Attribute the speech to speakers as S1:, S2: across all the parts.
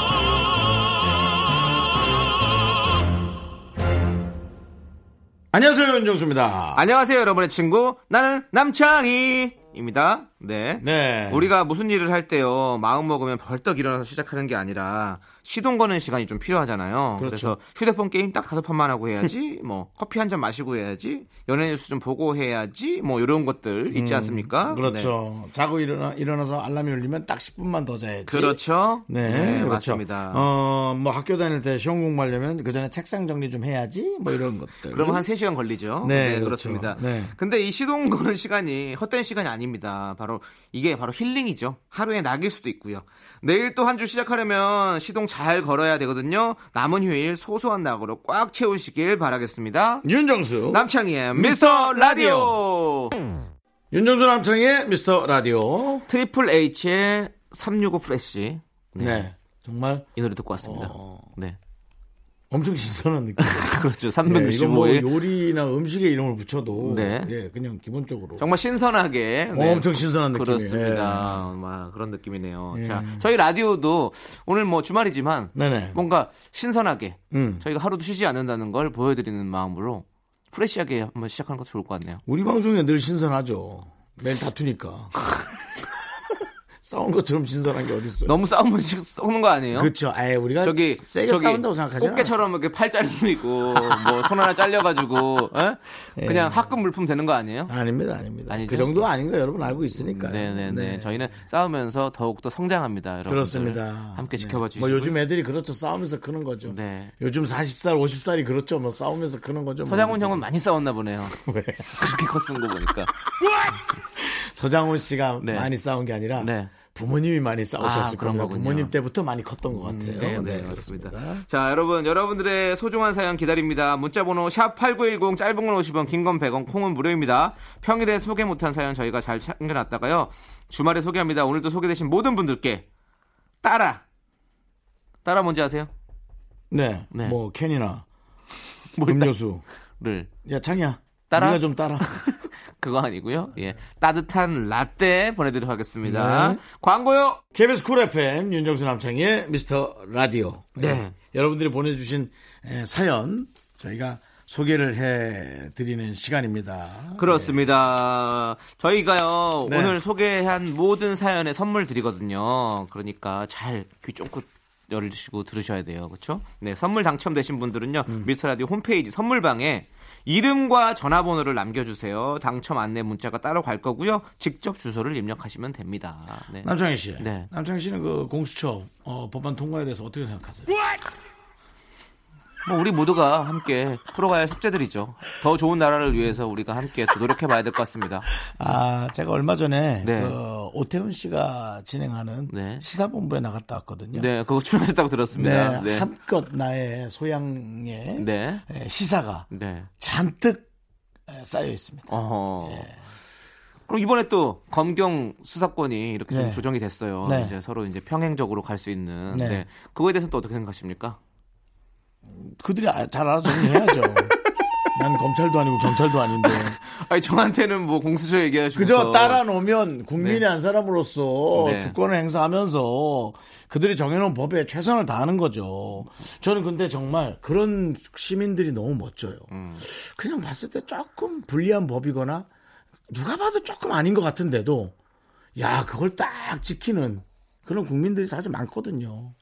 S1: 안녕하세요, 윤정수입니다.
S2: 안녕하세요, 여러분의 친구. 나는 남창희입니다. 네.
S1: 네.
S2: 우리가 무슨 일을 할 때요, 마음 먹으면 벌떡 일어나서 시작하는 게 아니라, 시동 거는 시간이 좀 필요하잖아요.
S1: 그렇죠.
S2: 그래서 휴대폰 게임 딱 다섯 판만 하고 해야지, 뭐, 커피 한 잔 마시고 해야지, 연예 뉴스 좀 보고 해야지, 뭐, 이런 것들 있지 않습니까?
S1: 음, 그렇죠. 자고 일어나, 일어나서 알람이 울리면 딱 10분만 더 자야지.
S2: 네. 그렇죠.
S1: 네, 그렇죠.
S2: 맞습니다.
S1: 어, 뭐 학교 다닐 때 시험 공부하려면 그 전에 책상 정리 좀 해야지. 뭐 이런 것들.
S2: 그러면 한 3시간 걸리죠.
S1: 네,
S2: 네,
S1: 그렇죠.
S2: 그렇습니다.
S1: 네.
S2: 근데 이 시동 거는 시간이 헛된 시간이 아닙니다. 바로 이게 바로 힐링이죠. 하루의 낙일 수도 있고요. 내일 또 한 주 시작하려면 시동 잘 걸어야 되거든요. 남은 휴일 소소한 낙으로 꽉 채우시길 바라겠습니다.
S1: 윤정수.
S2: 남창희의 미스터 라디오
S1: 윤정수 남창의 미스터 라디오.
S2: 트리플 H의 365 프레시
S1: 네. 정말
S2: 이 노래 듣고 왔습니다.
S1: 어.
S2: 네.
S1: 엄청 신선한 느낌.
S2: 그렇죠.
S1: 네, 이거 뭐
S2: 365일
S1: 요리나 음식에 이름을 붙여도
S2: 네.
S1: 예, 그냥 기본적으로
S2: 정말 신선하게 네.
S1: 어, 엄청 신선한 느낌이에요. 예.
S2: 그렇습니다. 막 그런 느낌이네요. 자, 저희 라디오도 오늘 뭐 주말이지만
S1: 네네.
S2: 뭔가 신선하게
S1: 음.
S2: 저희가 하루도 쉬지 않는다는 걸 보여드리는 마음으로 프레시하게 한번 시작하는 것도 좋을 것 같네요.
S1: 우리 방송에 늘 신선하죠. 맨 다투니까. 싸운 것처럼 신선한 게 어딨어요.
S2: 너무 싸움을 씩 썩는 거 아니에요?
S1: 그렇죠. 아예 우리가
S2: 저기
S1: 세게
S2: 저기
S1: 싸운다고 생각하지 않아요.
S2: 꽃게처럼 이렇게 팔 잘리고 뭐손 하나 잘려가지고 에? 그냥 학급 물품 되는 거 아니에요?
S1: 예. 아닙니다, 아닙니다.
S2: 아니죠? 음,
S1: 그 정도 아닌 거 여러분 알고 있으니까.
S2: 네네네. 저희는 싸우면서 더욱 더 성장합니다, 여러분.
S1: 그렇습니다.
S2: 함께
S1: 네.
S2: 지켜봐 주시고.
S1: 뭐 요즘 애들이 그렇죠. 싸우면서 크는 거죠.
S2: 네.
S1: 요즘 40살, 50살이 그렇죠. 뭐 싸우면서 크는 거죠.
S2: 서장훈
S1: 뭐.
S2: 형은 많이 싸웠나 보네요.
S1: 왜?
S2: 그렇게 컸은 거 보니까.
S1: 서장훈 씨가
S2: 네.
S1: 많이 싸운 게 아니라
S2: 네.
S1: 부모님이 많이 싸우셨을
S2: 아, 그런
S1: 겁니다.
S2: 거군요.
S1: 부모님 때부터 많이 컸던 것 같아요.
S2: 네, 네, 그렇습니다. 자, 여러분, 여러분들의 소중한 사연 기다립니다. 문자번호 샵8910, 짧은 건 50원, 긴 건 100원, 콩은 무료입니다. 평일에 소개 못한 사연 저희가 잘 챙겨놨다가요. 주말에 소개합니다. 오늘도 소개되신 모든 분들께 따라! 따라 뭔지 아세요?
S1: 네.
S2: 네.
S1: 뭐 캔이나
S2: 뭘
S1: 음료수.
S2: 를.
S1: 야, 창이야.
S2: 따라?
S1: 네가 좀 따라.
S2: 그거 아니고요. 예. 따뜻한 라떼 보내드리도록 하겠습니다. 광고요!
S1: KBS 쿨 FM 윤정수 남창희의 미스터 라디오.
S2: 네.
S1: 여러분들이 보내주신 에, 사연 저희가 소개를 해드리는 시간입니다.
S2: 그렇습니다. 저희가요
S1: 네.
S2: 오늘 소개한 모든 사연에 선물 드리거든요. 그러니까 잘 귀 쫑긋 열으시고 들으셔야 돼요. 그렇죠? 네, 선물 당첨되신 분들은요
S1: 음.
S2: 미스터 라디오 홈페이지 선물방에 이름과 전화번호를 남겨주세요. 당첨 안내 문자가 따로 갈 거고요. 직접 주소를 입력하시면 됩니다. 네.
S1: 남창희 씨.
S2: 네.
S1: 남창희 씨는 그 공수처 어, 법안 통과에 대해서 어떻게 생각하세요?
S2: 네. 뭐 우리 모두가 함께 풀어가야 할 숙제들이죠. 더 좋은 나라를 위해서 우리가 함께 또 노력해봐야 될 것 같습니다.
S1: 아, 제가 얼마 전에
S2: 네.
S1: 그 오태훈 씨가 진행하는
S2: 네.
S1: 시사본부에 나갔다 왔거든요.
S2: 네, 그거 출연했다고 들었습니다.
S1: 네,
S2: 네,
S1: 한껏 나의 소양의
S2: 네,
S1: 에, 시사가
S2: 네.
S1: 잔뜩 에, 쌓여 있습니다.
S2: 어허.
S1: 예.
S2: 그럼 이번에 또 검경 수사권이 이렇게
S1: 네.
S2: 좀 조정이 됐어요.
S1: 네.
S2: 이제 서로 이제 평행적으로 갈 수 있는.
S1: 네.
S2: 네. 그거에 대해서 또 어떻게 생각하십니까?
S1: 그들이 아- 잘 알아서 정리해야죠. 난 검찰도 아니고 경찰도 아닌데.
S2: 아니 저한테는 뭐 공수처 얘기하시면서
S1: 그저 따라 놓으면 국민의
S2: 네.
S1: 한 사람으로서
S2: 네.
S1: 주권을 행사하면서 그들이 정해놓은 법에 최선을 다하는 거죠. 저는 근데 정말 그런 시민들이 너무 멋져요. 그냥 봤을 때 조금 불리한 법이거나 누가 봐도 조금 아닌 것 같은데도 야 그걸 딱 지키는 그런 국민들이 사실 많거든요.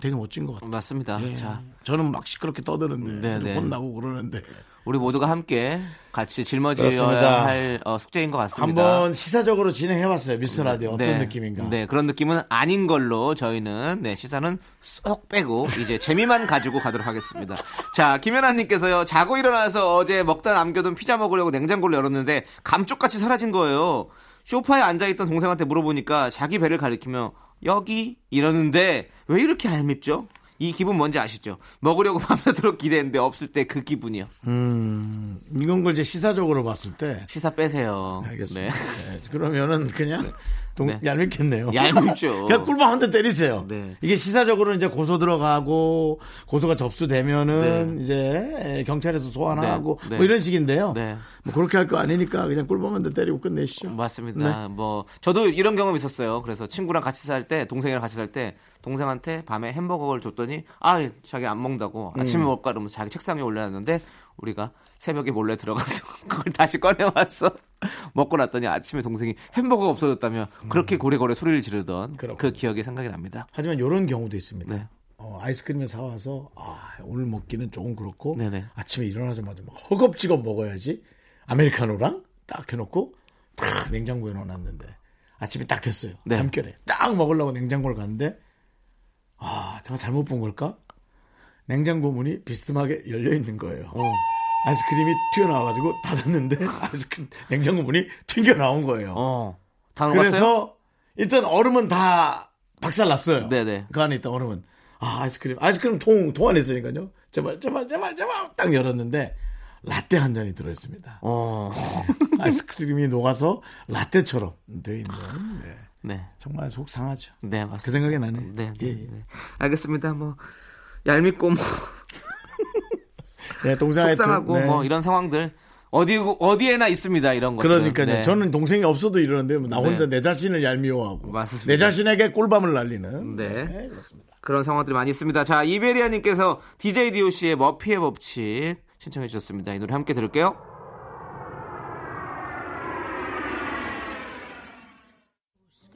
S1: 되게 멋진 것 같아요.
S2: 맞습니다.
S1: 예.
S2: 자,
S1: 음. 저는 막 시끄럽게 떠드는데
S2: 네,
S1: 좀
S2: 네.
S1: 혼나고 그러는데
S2: 우리 모두가 함께 같이
S1: 그렇습니다.
S2: 짊어져야 할 어, 숙제인 것 같습니다.
S1: 한번 시사적으로 진행해봤어요 미스터 라디오 어떤
S2: 네.
S1: 느낌인가
S2: 네, 그런 느낌은 아닌 걸로 저희는 네, 시사는 쏙 빼고 이제 재미만 가지고 가도록 하겠습니다. 자, 김연아 님께서요. 자고 일어나서 어제 먹다 남겨둔 피자 먹으려고 냉장고를 열었는데 감쪽같이 사라진 거예요. 쇼파에 앉아 있던 동생한테 물어보니까 자기 배를 가리키며 여기 이러는데 왜 이렇게 얄밉죠? 이 기분 뭔지 아시죠? 먹으려고 밤새도록 기대했는데 없을 때 그 기분이요.
S1: 이건 걸 이제 시사적으로 봤을 때
S2: 시사 빼세요.
S1: 알겠습니다.
S2: 네.
S1: 네, 그러면은 그냥 동,
S2: 네.
S1: 얄밉겠네요.
S2: 얄밉죠.
S1: 그냥 꿀밤 한 대 때리세요.
S2: 네.
S1: 이게 시사적으로 이제 고소 들어가고 고소가 접수되면은 이제 경찰에서 소환하고
S2: 네, 네.
S1: 뭐 이런 식인데요.
S2: 네.
S1: 뭐 그렇게 할 거 아니니까 그냥 꿀밤 한 대 때리고 끝내시죠.
S2: 맞습니다. 뭐 저도 이런 경험 있었어요. 그래서 친구랑 같이 살 때, 동생이랑 같이 살 때, 동생한테 밤에 햄버거를 줬더니 아 자기 안 먹는다고 아침에 먹을까 이러면서 자기 책상에 올려놨는데 우리가 새벽에 몰래 들어가서 그걸 다시 꺼내와서 먹고 났더니 아침에 동생이 햄버거가 없어졌다며 그렇게 고래고래 소리를 지르던 음. 그
S1: 그렇군요.
S2: 기억이 생각이 납니다.
S1: 하지만 이런 경우도 있습니다.
S2: 네.
S1: 어, 아이스크림을 사와서 아, 오늘 먹기는 조금 그렇고
S2: 네네.
S1: 아침에 일어나자마자 막 허겁지겁 먹어야지 아메리카노랑 딱 해놓고 딱 냉장고에 넣어놨는데 아침에 딱 됐어요.
S2: 네.
S1: 잠결에 딱 먹으려고 냉장고를 갔는데 아 제가 잘못 본 걸까? 냉장고 문이 비스듬하게 열려 있는 거예요.
S2: 어.
S1: 아이스크림이 튀어나와가지고 닫았는데 아이스크림 냉장고 문이 튕겨 나온 거예요.
S2: 어, 다 녹았어요?
S1: 그래서 일단 얼음은 다 박살났어요.
S2: 네네.
S1: 그 안에 있던 얼음은 아 아이스크림 아이스크림 통 통 안에 있으니까요. 제발 제발 제발 제발 딱 열었는데 라떼 한 잔이 들어있습니다.
S2: 어,
S1: 아이스크림이 녹아서 라떼처럼 돼 있는 네.
S2: 네,
S1: 정말 속 상하죠.
S2: 네 맞습니다.
S1: 그 생각이 나네.
S2: 네,
S1: 예,
S2: 네, 네. 알겠습니다. 뭐 얄밉고 뭐
S1: 예. 예, 동생 하여튼,
S2: 속상하고
S1: 네.
S2: 뭐 이런 상황들 어디 어디에나 있습니다 이런 네. 것
S1: 그러니까요. 저는 동생이 없어도 이러는데 나 혼자 내 자신을 얄미워하고
S2: 네. 맞습니다.
S1: 내 자신에게 꿀밤을 날리는
S2: 네.
S1: 그렇습니다.
S2: 그런 상황들이 많이 있습니다. 자 이베리아님께서 DJ DOC의 머피의 법칙 신청해 주셨습니다. 이 노래 함께 들을게요.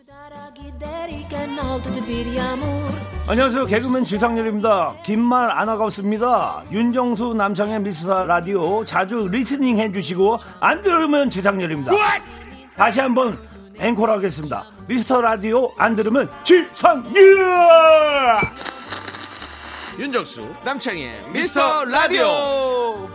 S3: Dar gideri che no te bir yağmur
S4: 안녕하세요 개그맨 지상렬입니다 긴 말 안 아깝습니다 윤정수 남창의 미스터 라디오 자주 리스닝 해주시고 안 들으면 지상렬입니다 다시 한번 앵콜 하겠습니다 미스터 라디오 안 들으면 지상렬
S2: 윤정수 남창희 미스터 라디오.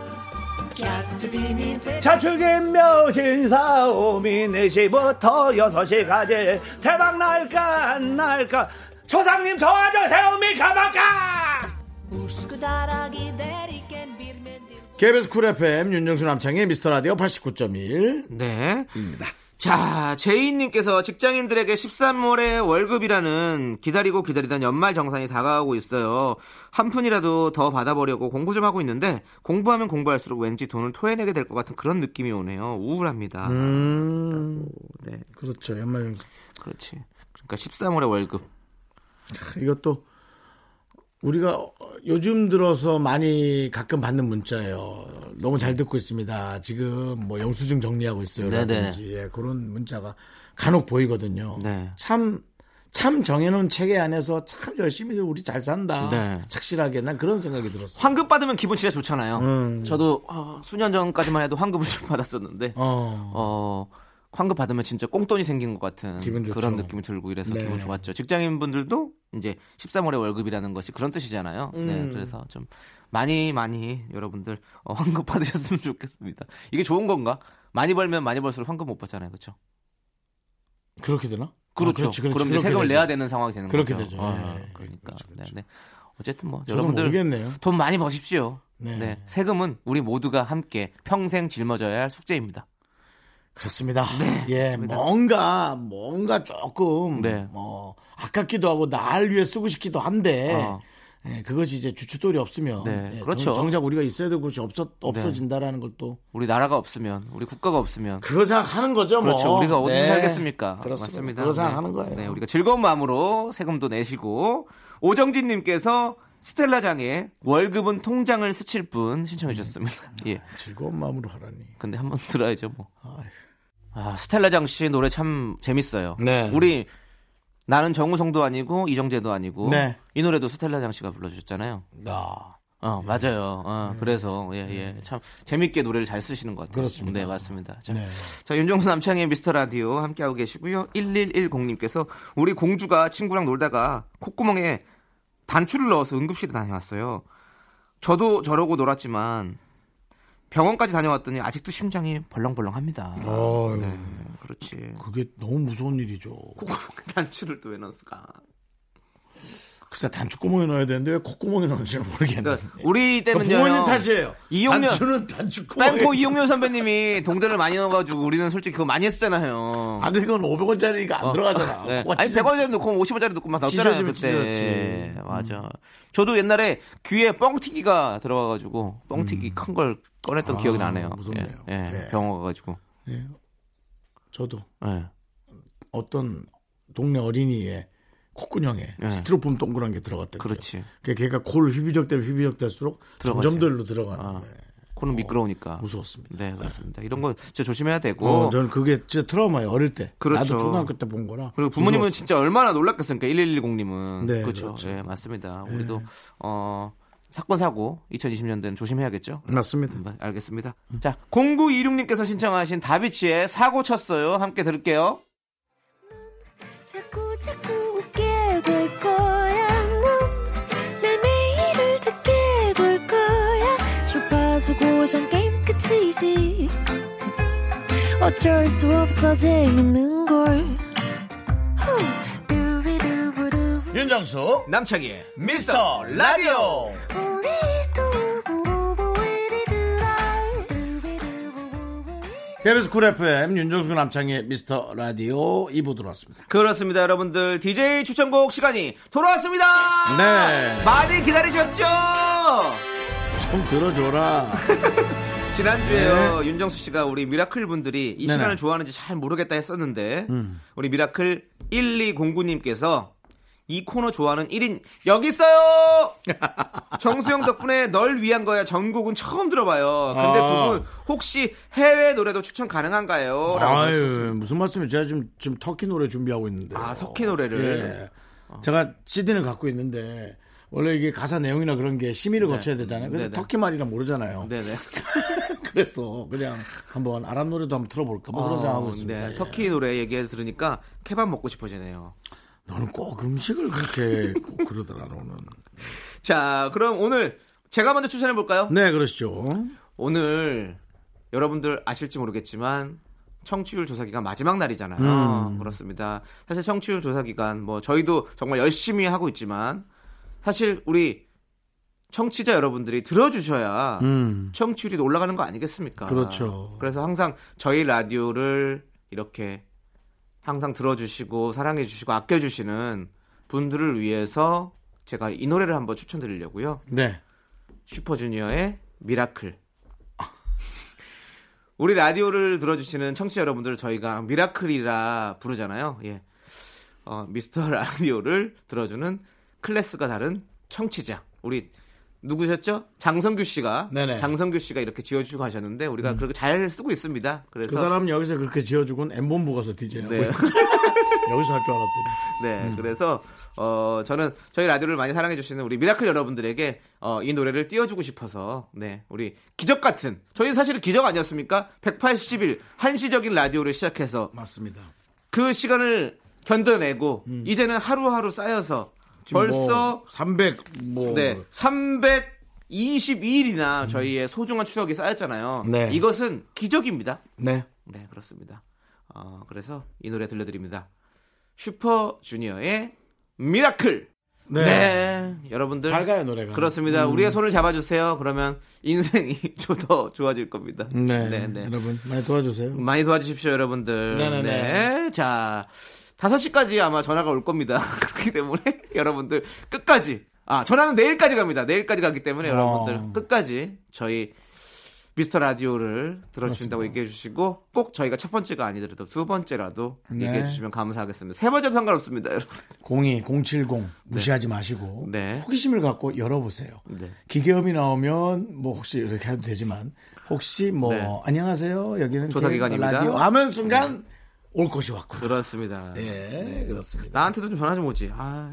S4: 자축의 묘진 사오미 4시부터 6시까지 대박 날까 안 날까 초상님 도와줘 세오미 가봐가
S3: Üsküdar'a giderken bir mendil
S1: KBS 쿨 FM 윤정수 남창의 미스터 라디오 89.1
S2: 네. 자, 제이님께서 직장인들에게 13월의 월급이라는 기다리고 기다리던 연말 정산이 다가오고 있어요. 한 푼이라도 더 받아보려고 공부 좀 하고 있는데 공부하면 공부할수록 왠지 돈을 토해내게 될 것 같은 그런 느낌이 오네요. 우울합니다.
S1: 음.
S2: 네,
S1: 그렇죠. 연말
S2: 그렇지. 그러니까 13월의 월급.
S1: 아, 이것도 우리가 요즘 들어서 많이 가끔 받는 문자예요. 너무 잘 듣고 있습니다. 지금 뭐 영수증 정리하고 있어요라든지 예, 그런 문자가 간혹 보이거든요.
S2: 네.
S1: 참. 참 정해놓은 체계 안에서 참 열심히들 우리 잘 산다.
S2: 네.
S1: 착실하게 난 그런 생각이 들었어.
S2: 환급 받으면 기분 진짜 좋잖아요. 저도 어, 수년 전까지만 해도 환급을 좀 받았었는데
S1: 음. 어.
S2: 어, 환급 받으면 진짜 꽁돈이 생긴 것 같은
S1: 기분 좋죠.
S2: 그런 느낌이 들고 이래서
S1: 네.
S2: 기분 좋았죠. 직장인 분들도 이제 13월의 월급이라는 것이 그런 뜻이잖아요. 네,
S1: 음.
S2: 그래서 좀 많이 많이 여러분들 어, 환급 받으셨으면 좋겠습니다. 이게 좋은 건가? 많이 벌면 많이 벌수록 환급 못 받잖아요, 그렇죠?
S1: 그렇게 되나? 아,
S2: 그렇죠.
S1: 그렇지, 그렇지.
S2: 그럼 이제
S1: 그렇게
S2: 세금을
S1: 되죠.
S2: 내야 되는 상황이 되는
S1: 그렇게
S2: 거죠.
S1: 되죠.
S2: 어,
S1: 예, 예.
S2: 그러니까
S1: 그렇죠, 그렇죠.
S2: 네, 네. 어쨌든 뭐
S1: 저도
S2: 여러분들
S1: 모르겠네요.
S2: 돈 많이 버십시오.
S1: 네.
S2: 네, 세금은 우리 모두가 함께 평생 짊어져야 할 숙제입니다.
S1: 그렇습니다. 예, 뭔가 뭔가 조금
S2: 네.
S1: 뭐 아깝기도 하고 날 위해 쓰고 싶기도 한데
S2: 어.
S1: 예, 그것이 이제 주춧돌이 없으면
S2: 네,
S1: 예,
S2: 그렇죠. 네.
S1: 정- 정작 우리가 있어야 될 것이 없어 없어진다라는 것도
S2: 우리 나라가 없으면, 우리 국가가 없으면
S1: 그거 생각하는 거죠.
S2: 그렇죠.
S1: 뭐.
S2: 우리가 어디서
S1: 네.
S2: 살겠습니까?
S1: 그렇습니다.
S2: 맞습니다.
S1: 그거 생각하는
S2: 네.
S1: 거예요.
S2: 네, 우리가 즐거운 마음으로 세금도 내시고 오정진 님께서 스텔라장의 월급은 통장을 스칠 뿐 신청해 주셨습니다.
S1: 네.
S2: 예.
S1: 즐거운 마음으로 하라니.
S2: 근데 한번 들어야죠, 뭐.
S1: 아휴.
S2: 아, 스텔라장 씨 노래 참 재밌어요.
S1: 네.
S2: 우리 나는 정우성도 아니고 이정재도 아니고
S1: 네.
S2: 이 노래도 스텔라장 씨가 불러 주셨잖아요.
S1: 나
S2: 어, 맞아요. 어, 그래서 예, 예. 참 재밌게 노래를 잘 쓰시는 것
S1: 음.
S2: 같아요.
S1: 네. 그렇습니다.
S2: 네, 맞습니다. 자,
S1: 네.
S2: 자, 윤종수 남창의 미스터 라디오 함께하고 계시고요. 1110님께서 우리 공주가 친구랑 놀다가 콧구멍에 단추를 넣어서 응급실에 다녀왔어요. 저도 저러고 놀았지만 병원까지 다녀왔더니 아직도 심장이 벌렁벌렁합니다.
S1: 어휴.
S2: 네, 그렇지.
S1: 그게 너무 무서운 일이죠.
S2: 콧구멍에 단추를 또 왜 넣었을까?
S1: 글쎄 단추구멍에 넣어야 되는데 왜 콧구멍에 넣는지는 모르겠네.
S2: 그러니까 우리 때는
S1: 부모님 탓이에요.
S2: 이용료
S1: 단추는 단추구멍에.
S2: 뺑코 이용료 선배님이 동대를 많이 넣어가지고 우리는 솔직히 그거 많이 했었잖아요.
S1: 아, 근데 이건 500원짜리니까 안 들어가잖아.
S2: 네.
S1: 코가
S2: 아니
S1: 찢어-
S2: 100원짜리 넣고 50원짜리 넣고 막 나왔잖아요
S1: 찢어지면 음.
S2: 그때. 네,
S1: 찢어졌지.
S2: 맞아. 저도 옛날에 귀에 뻥튀기가 들어가가지고 뻥튀기 큰 걸 꺼냈던 기억이 나네요.
S1: 음. 아, 무섭네요.
S2: 예, 예,
S1: 예.
S2: 병원 가가지고.
S1: 저도
S2: 예.
S1: 어떤 동네 어린이의 콧구멍에 스티로폼 동그란 게 들어갔다.
S2: 예. 그렇지.
S1: 그 걔가 코를 휘비적대면 휘비적댈수록
S2: 들어가지.
S1: 점점들로 들어가는 아.
S2: 코는 미끄러우니까.
S1: 무서웠습니다.
S2: 네 그렇습니다. 이런 거 진짜 조심해야 되고.
S1: 어, 저는 그게 진짜 트라우마예요. 어릴 때.
S2: 그렇죠.
S1: 나도 초등학교 때 본 거라.
S2: 그리고 부모님은
S1: 무서웠어요.
S2: 진짜 얼마나 놀랐겠습니까? 1110님은.
S1: 네,
S2: 그렇죠.
S1: 그렇죠.
S2: 예, 맞습니다. 우리도 어 사건 사고 2020년대는 조심해야겠죠.
S1: 맞습니다.
S2: 음, 알겠습니다. 자, 0926님께서 신청하신 다비치의 사고 쳤어요. 함께 들을게요.
S3: 자꾸 자꾸 웃게 될 거야. 넌내 매일을 듣게 될 거야. 주파수 고정 게임 끝이지. 어쩔 수 없어 재밌는 걸. 후. 두비두부두.
S1: 윤정수
S2: 남창희의
S1: 미스터 라디오
S3: 우리 두부부부 우리 두라. 두비두부부부 우리
S1: KBS 쿨 FM 윤정수 남창의 미스터 라디오 2부 들어왔습니다.
S2: 그렇습니다, 여러분들. DJ 추천곡 시간이 돌아왔습니다.
S1: 네.
S2: 많이 기다리셨죠?
S1: 좀 들어줘라.
S2: 지난주에요. 윤정수 씨가 우리 미라클 분들이
S1: 네.
S2: 이
S1: 네네. 음.
S2: 시간을 좋아하는지 잘 모르겠다 했었는데 우리 미라클 1209님께서 이 코너 좋아하는 1인 여기 있어요. 정수영 덕분에 널 위한 거야 전곡은 처음 들어봐요. 근데
S1: 아.
S2: 두분 혹시 해외 노래도 추천 가능한가요? 라고 하셨습니다.
S1: 아유 무슨 말씀이에요? 제가 지금 지금 터키 노래 준비하고 있는데. 예.
S2: 아, 터키 노래를. 어.
S1: 제가 CD는 갖고 있는데 원래 이게 가사 내용이나 그런 게 심의를 거쳐야 되잖아요. 근데
S2: 네네.
S1: 터키 말이라 모르잖아요.
S2: 네네.
S1: 그래서 그냥 한번 아랍 노래도 한번 틀어볼까 뭐 그런 생각하고 있습니다.
S2: 네,
S1: 예.
S2: 터키 노래 얘기 들으니까 케밥 먹고 싶어지네요.
S1: 너는 꼭 음식을 그렇게 꼭 그러더라 너는.
S2: 자, 그럼 오늘 제가 먼저 추천해 볼까요?
S1: 네 그러시죠.
S2: 오늘 여러분들 아실지 모르겠지만 청취율 조사 기간 마지막 날이잖아요.
S1: 음.
S2: 그렇습니다. 사실 청취율 조사 기간 뭐 저희도 정말 열심히 하고 있지만 사실 우리 청취자 여러분들이 들어주셔야 청취율이 올라가는 거 아니겠습니까?
S1: 음. 그렇죠.
S2: 그래서 항상 저희 라디오를 이렇게 항상 들어주시고 사랑해주시고 아껴주시는 분들을 위해서 제가 이 노래를 한번 추천드리려고요.
S1: 네.
S2: 슈퍼주니어의 미라클. 우리 라디오를 들어주시는 청취자 여러분들 저희가 미라클이라 부르잖아요. 예. 어, 미스터 라디오를 들어주는 클래스가 다른 청취자. 우리 누구셨죠? 장성규 씨가
S1: 네네. 음.
S2: 장성규 씨가 이렇게 지어주고 하셨는데 우리가 그렇게 잘 쓰고 있습니다. 그래서
S1: 그 사람은 여기서 그렇게 지어주곤 엠본부 가서 DJ 하고
S2: 네.
S1: 여기서 할 줄 알았더니
S2: 네, 그래서 어 저는 저희 라디오를 많이 사랑해 주시는 우리 미라클 여러분들에게 어, 이 노래를 띄워주고 싶어서 네 우리 기적 같은 저희 사실 기적 아니었습니까? 180일 한시적인 라디오를 시작해서
S1: 맞습니다.
S2: 그 시간을 견뎌내고
S1: 음.
S2: 이제는 하루하루 쌓여서 벌써
S1: 뭐 300뭐 음.
S2: 네 322일이나 저희의 소중한 추억이 쌓였잖아요.
S1: 네.
S2: 이것은 기적입니다.
S1: 네.
S2: 네, 그렇습니다. 어, 그래서 이 노래 들려드립니다. 슈퍼주니어의 미라클. 네.
S1: 네.
S2: 여러분들.
S1: 밝아요, 노래가. 음.
S2: 그렇습니다. 우리의 손을 잡아주세요. 그러면 인생이 좀 더 좋아질 겁니다.
S1: 네. 여러분 많이 도와주세요.
S2: 많이 도와주십시오, 여러분들.
S1: 네네네.
S2: 네. 자, 5시까지 아마 전화가 올 겁니다. 그렇기 때문에 여러분들 끝까지. 아, 전화는 내일까지 갑니다. 내일까지 가기 때문에
S1: 어.
S2: 여러분들 끝까지 저희 미스터 라디오를 들어주신다고 얘기해 주시고 꼭 저희가 첫 번째가 아니더라도 두 번째라도
S1: 네.
S2: 얘기해 주시면 감사하겠습니다. 세 번째도 상관없습니다, 여러분.
S1: 02, 070 무시하지 마시고
S2: 네.
S1: 호기심을 갖고 열어보세요.
S2: 네.
S1: 기계음이 나오면 뭐 혹시 이렇게 해도 되지만 혹시 뭐
S2: 네.
S1: 안녕하세요 여기는
S2: 조사기관입니다. 네.
S1: KBS 라디오 하면 순간 올 것이 왔고
S2: 그렇습니다.
S1: 예 그렇습니다.
S2: 나한테도 좀 전화 좀 오지. 아,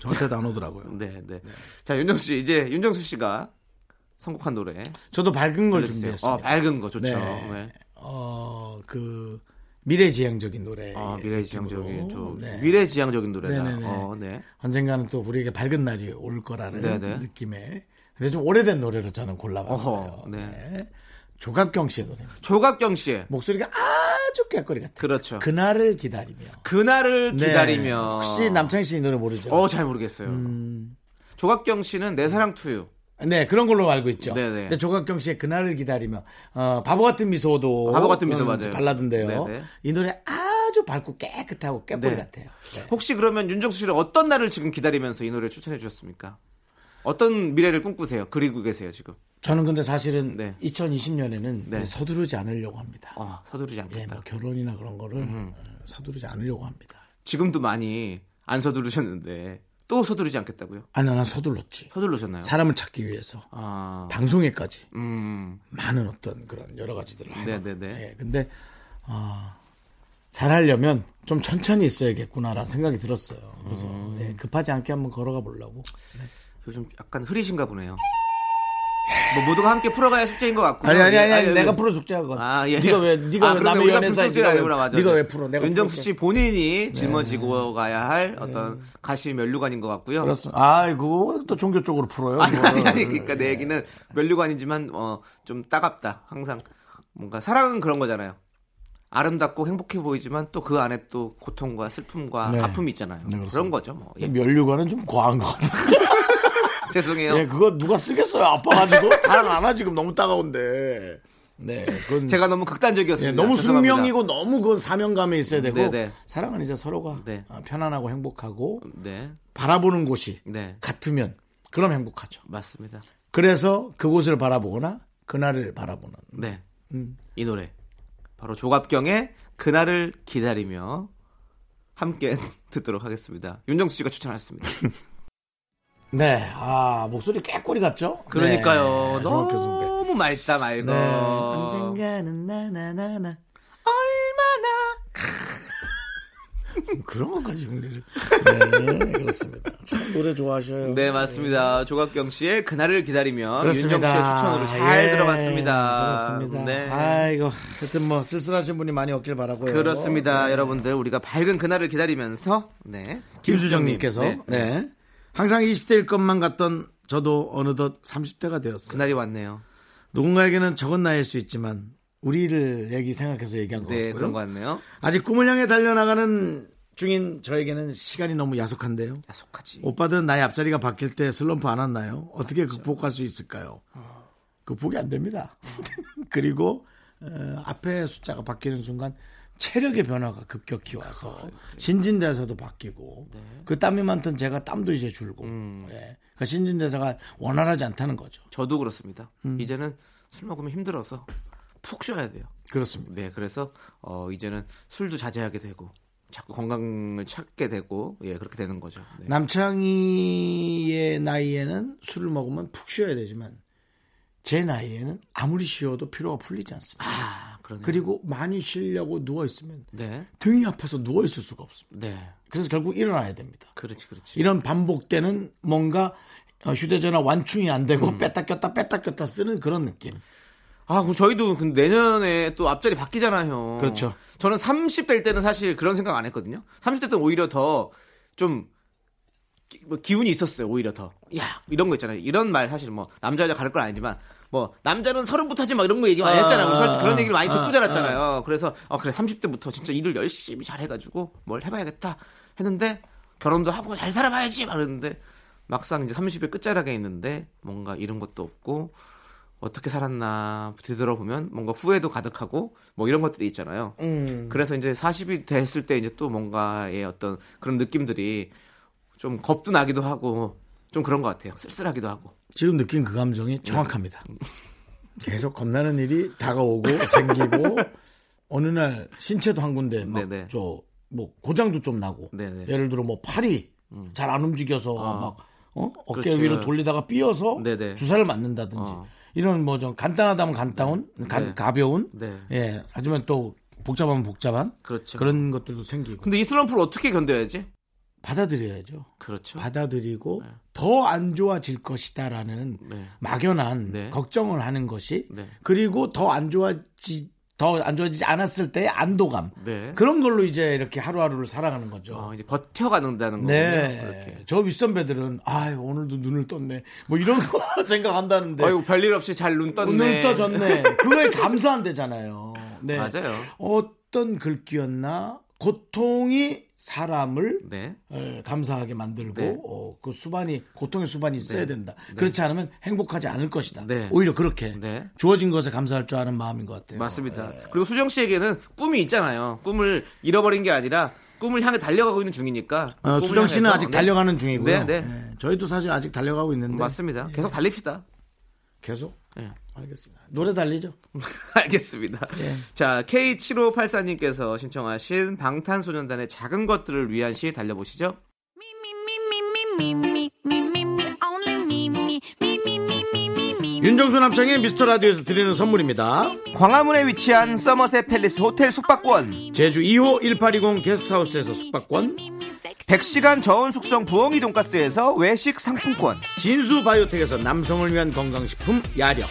S1: 저한테도 안 오더라고요.
S2: 네, 네. 자, 윤정수 씨 이제 윤정수 씨가 선곡한 노래
S1: 저도 밝은 걸
S2: 들려주세요.
S1: 준비했어요.
S2: 어, 밝은 거 좋죠.
S1: 네.
S2: 네.
S1: 어, 그 미래지향적인 노래.
S2: 아, 미래지향적인 좀
S1: 네.
S2: 미래지향적인 노래다.
S1: 네네네.
S2: 어, 네.
S1: 언젠가는 또 우리에게 밝은 날이 올 거라는
S2: 네네.
S1: 느낌의 근데 좀 오래된 노래로 저는 골라봤어요.
S2: 어허, 네.
S1: 조갑경 씨의 노래.
S2: 조갑경 씨의
S1: 목소리가 아주 꾀꼬리 같아요.
S2: 그렇죠. 그,
S1: 그날을 기다리며.
S2: 그날을
S1: 네.
S2: 기다리며.
S1: 혹시 남창희 음. 씨 이 노래 모르죠?
S2: 어, 잘 모르겠어요. 조각경 씨는 내 사랑 투유.
S1: 네, 그런 걸로 알고 있죠.
S2: 네네.
S1: 근데 조각경 씨의 그날을 기다리며, 어, 바보 같은 미소도.
S2: 바보 같은 미소
S1: 음,
S2: 맞아요.
S1: 발라드인데요.
S2: 네네.
S1: 이 노래 아주 밝고 깨끗하고 깨꼬리
S2: 네.
S1: 같아요. 네.
S2: 혹시 그러면 윤정수 씨는 어떤 날을 지금 기다리면서 이 노래를 추천해 주셨습니까? 어떤 미래를 꿈꾸세요? 그리고 계세요, 지금.
S1: 저는 근데 사실은
S2: 네.
S1: 2020년에는
S2: 네.
S1: 서두르지 않으려고 합니다.
S2: 아, 서두르지 않겠다. 음.
S1: 예, 뭐 결혼이나 그런 거를 어, 서두르지 않으려고 합니다.
S2: 지금도 많이 안 서두르셨는데 또 서두르지 않겠다고요?
S1: 아니, 난 서둘렀지.
S2: 서둘르셨나요?
S1: 사람을 찾기 위해서.
S2: 아,
S1: 방송에까지
S2: 음,
S1: 많은 어떤 그런 여러 가지들을 하고.
S2: 네네네.
S1: 예, 근데, 어, 잘 하려면 좀 천천히 있어야겠구나라는 생각이 들었어요. 그래서
S2: 음.
S1: 예, 급하지 않게 한번 걸어가 보려고.
S2: 요즘 약간 흐리신가 보네요. 뭐 모두가 함께 풀어가야 숙제인 것 같고.
S1: 아니 아니 아니, 아니, 내가 풀어 숙제야 그건.
S2: 아, 예.
S1: 네가 왜 네가
S2: 아,
S1: 왜
S2: 그러네.
S1: 남의
S2: 우리가
S1: 연애사
S2: 분석제가
S1: 네가 왜,
S2: 아니구나. 맞아,
S1: 네가
S2: 맞아.
S1: 왜 풀어? 내가
S2: 윤정수
S1: 풀게. 네.
S2: 씨 본인이 짊어지고 가야 할 어떤 가시 면류관인 것 같고요.
S1: 그렇습니다. 아, 그거 또 종교 쪽으로 풀어요. 뭐.
S2: 아니,
S1: 그거를.
S2: 아니, 아니, 그러니까 내 얘기는 면류관이지만, 어, 좀 따갑다. 항상. 뭔가 사랑은 그런 거잖아요. 아름답고 행복해 보이지만 또 그 안에 또 고통과 슬픔과
S1: 네.
S2: 아픔이 있잖아요.
S1: 그렇습니다. 네.
S2: 그런 거죠, 뭐. 예.
S1: 면류관은 좀 과한 것 같아.
S2: 죄송해요.
S1: 예, 그거 누가 쓰겠어요? 아파가지고 사랑 안 하지. 그럼 너무 따가운데. 네, 그건
S2: 제가 너무 극단적이었습니다.
S1: 예, 너무
S2: 죄송합니다.
S1: 숙명이고 너무 그건 사명감에 있어야 되고
S2: 네, 네.
S1: 사랑은 이제 서로가
S2: 네.
S1: 아, 편안하고 행복하고
S2: 네,
S1: 바라보는 곳이
S2: 네.
S1: 같으면 그럼 행복하죠.
S2: 맞습니다.
S1: 그래서 그곳을 바라보거나 그날을 바라보는
S2: 네.
S1: 음.
S2: 이 노래. 바로 조갑경의 그날을 기다리며 함께 듣도록 하겠습니다. 윤정수 씨가 추천하셨습니다.
S1: 네, 아 목소리 깨꼬리 같죠?
S2: 그러니까요.
S1: 네, 정확히 선배.
S2: 너무 맑다 말고.
S1: 네. 언젠가는 나나나나
S2: 얼마나
S1: 뭐 그런 것까지 흉내를. 네, 그렇습니다. 참 노래 좋아하셔요.
S2: 네 맞습니다. 조각경 씨의 그날을 기다리며
S1: 그렇습니다.
S2: 윤정 씨의 추천으로 잘
S1: 예,
S2: 들어봤습니다.
S1: 그렇습니다.
S2: 네.
S1: 아이고, 하여튼 뭐 쓸쓸하신 분이 많이 없길 바라고요. 네.
S2: 그렇습니다, 여러분들 우리가 밝은 그날을 기다리면서 네
S1: 김수정님께서
S2: 네.
S1: 네. 항상 20대일 것만 같던 저도 어느덧 30대가 되었어요.
S2: 그날이 왔네요.
S1: 누군가에게는 적은 나이일 수 있지만 우리를 얘기 생각해서 얘기한 거
S2: 네
S1: 같고요.
S2: 그런 것 같네요.
S1: 아직 꿈을 향해 달려나가는 중인 저에게는 시간이 너무 야속한데요.
S2: 야 아, 속하지.
S1: 오빠들은 나의 앞자리가 바뀔 때 슬럼프 안 왔나요? 어떻게 극복할 수 있을까요? 극복이 안 됩니다. 그리고 어, 앞에 숫자가 바뀌는 순간 체력의 변화가 급격히 와서 신진대사도 바뀌고 그 땀이 많던 제가 땀도 이제 줄고 예. 그 신진대사가 원활하지 않다는 거죠.
S2: 저도 그렇습니다.
S1: 음.
S2: 이제는 술 먹으면 힘들어서 푹 쉬어야 돼요.
S1: 그렇습니다.
S2: 네, 그래서 어 이제는 술도 자제하게 되고 자꾸 건강을 찾게 되고 예 그렇게 되는 거죠. 네.
S1: 남창희의 나이에는 술을 먹으면 푹 쉬어야 되지만 제 나이에는 아무리 쉬어도 피로가 풀리지 않습니다.
S2: 아, 그러네요.
S1: 그리고 많이 쉬려고 누워 있으면
S2: 네,
S1: 등이 아파서 누워 있을 수가 없습니다.
S2: 네,
S1: 그래서 결국 일어나야 됩니다.
S2: 그렇지, 그렇지.
S1: 이런 반복되는 뭔가 어, 휴대전화 완충이 안
S2: 음.
S1: 되고 뺐다 꼈다 뺐다 꼈다 쓰는 그런 느낌.
S2: 아, 그럼 저희도 그 내년에 또 앞자리 바뀌잖아요.
S1: 그렇죠.
S2: 저는 30될 때는 사실 그런 생각 안 했거든요. 30대 때는 오히려 더 좀 기운이 있었어요. 오히려 더. 야, 이런 거 있잖아요. 이런 말 사실 뭐 남자 여자 가를 건 아니지만 뭐 남자는 서른부터 하지 막 이런 거 얘기 많이 했잖아요. 우리 솔직히 그런 얘기를 많이 듣고 자랐잖아요. 그래서 아 그래 30대부터 진짜 일을 열심히 잘 해가지고 뭘 해봐야겠다 했는데 결혼도 하고 잘 살아봐야지 막 그랬는데 막상 이제 30의 끝자락에 있는데 뭔가 이런 것도 없고 어떻게 살았나 되돌아보면 뭔가 후회도 가득하고 뭐 이런 것들이 있잖아요. 그래서 이제 40이 됐을 때 이제 또 뭔가의 어떤 그런 느낌들이 좀 겁도 나기도 하고 좀 그런 것 같아요. 쓸쓸하기도 하고.
S1: 지금 느낀 그
S2: 네.
S1: 감정이 정확합니다. 계속 겁나는 일이 다가오고 생기고 어느 날 신체도 한 군데
S2: 네네.
S1: 막저뭐 고장도 좀 나고
S2: 네네. 음. 아.
S1: 예를 들어 뭐 팔이 잘 안 움직여서 막 어? 어깨
S2: 그렇죠.
S1: 위로 돌리다가 삐어서
S2: 네네.
S1: 주사를 맞는다든지
S2: 어.
S1: 이런 뭐 좀 간단하다면 간단한 가,
S2: 네.
S1: 가벼운
S2: 네.
S1: 예 하지만 또 복잡하면 복잡한
S2: 그렇죠.
S1: 그런 것들도 생기고
S2: 근데 이 슬럼프를 어떻게 견뎌야지?
S1: 받아들여야죠.
S2: 그렇죠.
S1: 받아들이고 더 안 좋아질 것이다라는
S2: 네.
S1: 막연한
S2: 네.
S1: 걱정을 하는 것이
S2: 네.
S1: 그리고 더 안 좋아지 더 안 좋아지지 않았을 때의 안도감
S2: 네.
S1: 그런 걸로 이제 이렇게 하루하루를 살아가는 거죠.
S2: 어, 이제 버텨가는다는 거군요.
S1: 네,
S2: 그렇게.
S1: 저 윗선배들은 아 오늘도 눈을 떴네 뭐 이런 거 생각한다는데
S2: 아이고 별일 없이 잘 네. 눈 떴네.
S1: 눈 떠졌네 그거에 감사한대잖아요. 네,
S2: 맞아요.
S1: 어 어떤 글귀였나 고통이 사람을
S2: 네.
S1: 에, 예, 감사하게 만들고
S2: 네.
S1: 어, 그 수반이 고통의 수반이 있어야 된다. 그렇지 않으면 행복하지 않을 것이다.
S2: 네.
S1: 오히려 그렇게
S2: 네.
S1: 주어진 것에 감사할 줄 아는 마음인 것 같아요. 네.
S2: 맞습니다. 그리고 수정 씨에게는 꿈이 있잖아요. 꿈을 잃어버린 게 아니라 꿈을 향해 달려가고 있는 중이니까.
S1: 어,
S2: 꿈을
S1: 수정 씨는
S2: 향해서,
S1: 아직
S2: 네.
S1: 달려가는 중이고요. 네.
S2: 네, 네.
S1: 예, 저희도 사실 아직 달려가고 있는데
S2: 맞습니다. 계속 달립시다.
S1: 계속
S2: 예.
S1: 알겠습니다. 노래 달리죠.
S2: 알겠습니다.
S1: 네.
S2: 자, K7584님께서 신청하신 방탄소년단의 작은 것들을 위한 시 달려보시죠.
S5: Me, me, me, me, me, me, me, me, me, me, only me, me, me, me, me, me, me, me.
S1: 윤정수 남창의 미스터 라디오에서 드리는 선물입니다.
S2: 음. 광화문에 위치한 서머셋 팰리스 호텔 숙박권,
S1: 제주 2호 1820 게스트하우스에서 숙박권,
S2: 100시간 저온 숙성 부엉이 돈가스에서 외식 상품권,
S1: 진수 바이오텍에서 남성을 위한 건강식품 야력,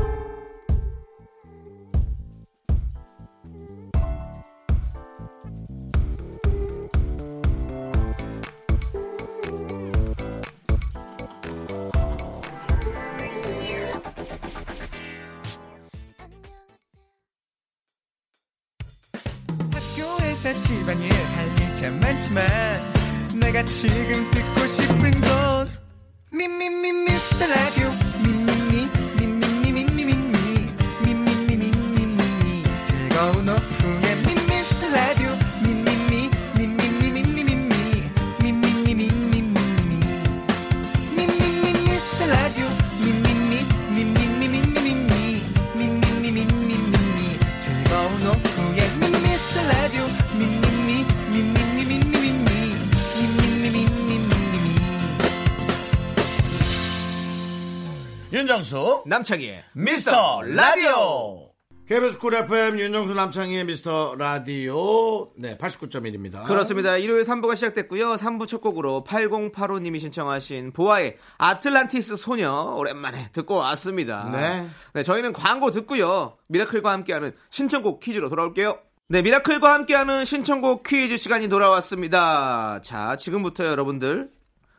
S6: 학교에서 집안일 할 일 참 많지만 내가 지금 듣고 싶은 건 미미미 미스터 라디오 미미미 미미미 미미미 미미미 미미미 즐거운 오후에 미스터 라디오 미미미 미미미 미미미 미미미 미미미
S1: 윤정수
S2: 남창희의 미스터 라디오
S1: KBS 쿨 FM 윤정수 남창희의 미스터 라디오 네 89.1입니다.
S2: 아. 그렇습니다. 일요일 3부가 시작됐고요. 3부 첫 곡으로 8085님이 신청하신 보아의 아틀란티스 소녀 오랜만에 듣고 왔습니다.
S1: 네.
S2: 저희는 광고 듣고요. 미라클과 함께하는 신청곡 퀴즈로 돌아올게요. 네, 미라클과 함께하는 신청곡 퀴즈 시간이 돌아왔습니다. 자, 지금부터 여러분들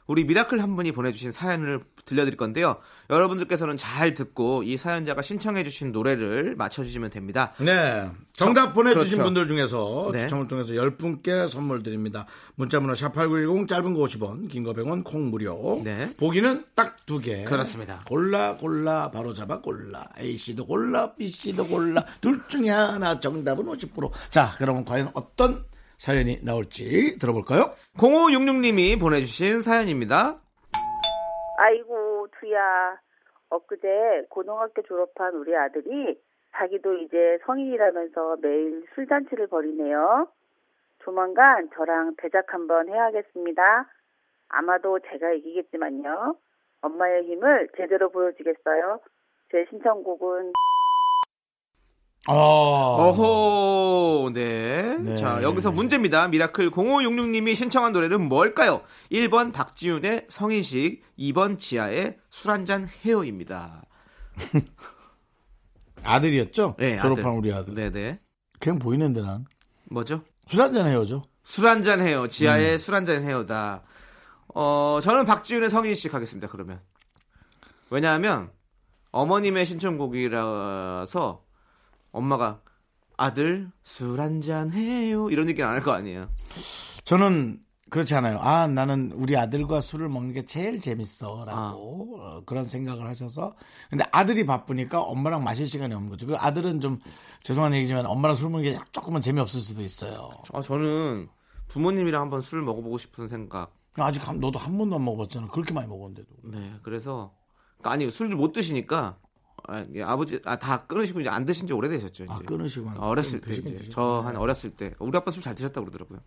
S2: 우리 미라클 한 분이 보내주신 사연을 들려드릴 건데요. 여러분들께서는 잘 듣고 이 사연자가 신청해주신 노래를 맞춰주시면 됩니다.
S1: 네. 정답
S2: 저-
S1: 보내주신
S2: 그렇죠.
S1: 분들 중에서
S2: 네.
S1: 추첨을 통해서 10분께 선물 드립니다. 문자문화 샵8910 짧은 거 50원, 긴 거 100원, 콩 무료.
S2: 네.
S1: 보기는 딱 두 개.
S2: 그렇습니다.
S1: 골라, 골라, 바로 잡아, 골라. A씨도 골라, B씨도 골라. 둘 중에 하나 정답은 50%. 자, 그러면 과연 어떤 사연이 나올지 들어볼까요?
S2: 0566님이 보내주신 사연입니다.
S7: 아이고, 두야. 엊그제 고등학교 졸업한 우리 아들이 자기도 이제 성인이라면서 매일 술잔치를 벌이네요. 조만간 저랑 대작 한번 해야겠습니다. 아마도 제가 이기겠지만요. 엄마의 힘을 제대로 보여주겠어요. 제 신청곡은
S1: 아,
S2: 어허, 네.
S1: 네.
S2: 자, 여기서 문제입니다. 미라클 0566님이 신청한 노래는 뭘까요? 1번 박지훈의 성인식, 2번 지하의 술 한잔 헤어입니다.
S1: 아들이었죠?
S2: 네,
S1: 졸업한 우리 아들.
S2: 네네.
S1: 그냥 보이는데 난.
S2: 뭐죠?
S1: 술 한잔 헤어져.
S2: 술 한잔 헤어,
S1: 음.
S2: 지하의 술 한잔 헤어다. 어, 저는 박지훈의 성인식 하겠습니다, 그러면. 왜냐하면, 어머님의 신청곡이라서, 엄마가, 아들, 술 한잔 해요. 이런 얘기는 안 할 거 아니에요.
S1: 저는 그렇지 않아요. 아, 나는 우리 아들과 술을 먹는 게 제일 재밌어. 라고 어, 그런 생각을 하셔서. 근데 아들이 바쁘니까 엄마랑 마실 시간이 없는 거죠. 그 아들은 좀 죄송한 얘기지만 엄마랑 술 먹는 게 조금은 재미없을 수도 있어요.
S2: 아, 저는 부모님이랑 한번 술 먹어보고 싶은 생각.
S1: 아직 한- 너도 한 번도 안 먹어봤잖아. 그렇게 많이 먹었는데도.
S2: 네, 그래서 그러니까 아니 술을 못 드시니까 아, 예, 아버지 아, 다 끊으시고 이제 안 드신 지 오래되셨죠. 이제.
S1: 아, 끊으시고. 안-
S2: 어렸을 때
S1: 드시긴
S2: 이제
S1: 드시고.
S2: 저 한 어렸을 때 우리 아빠 술 잘 드셨다 고 그러더라고요.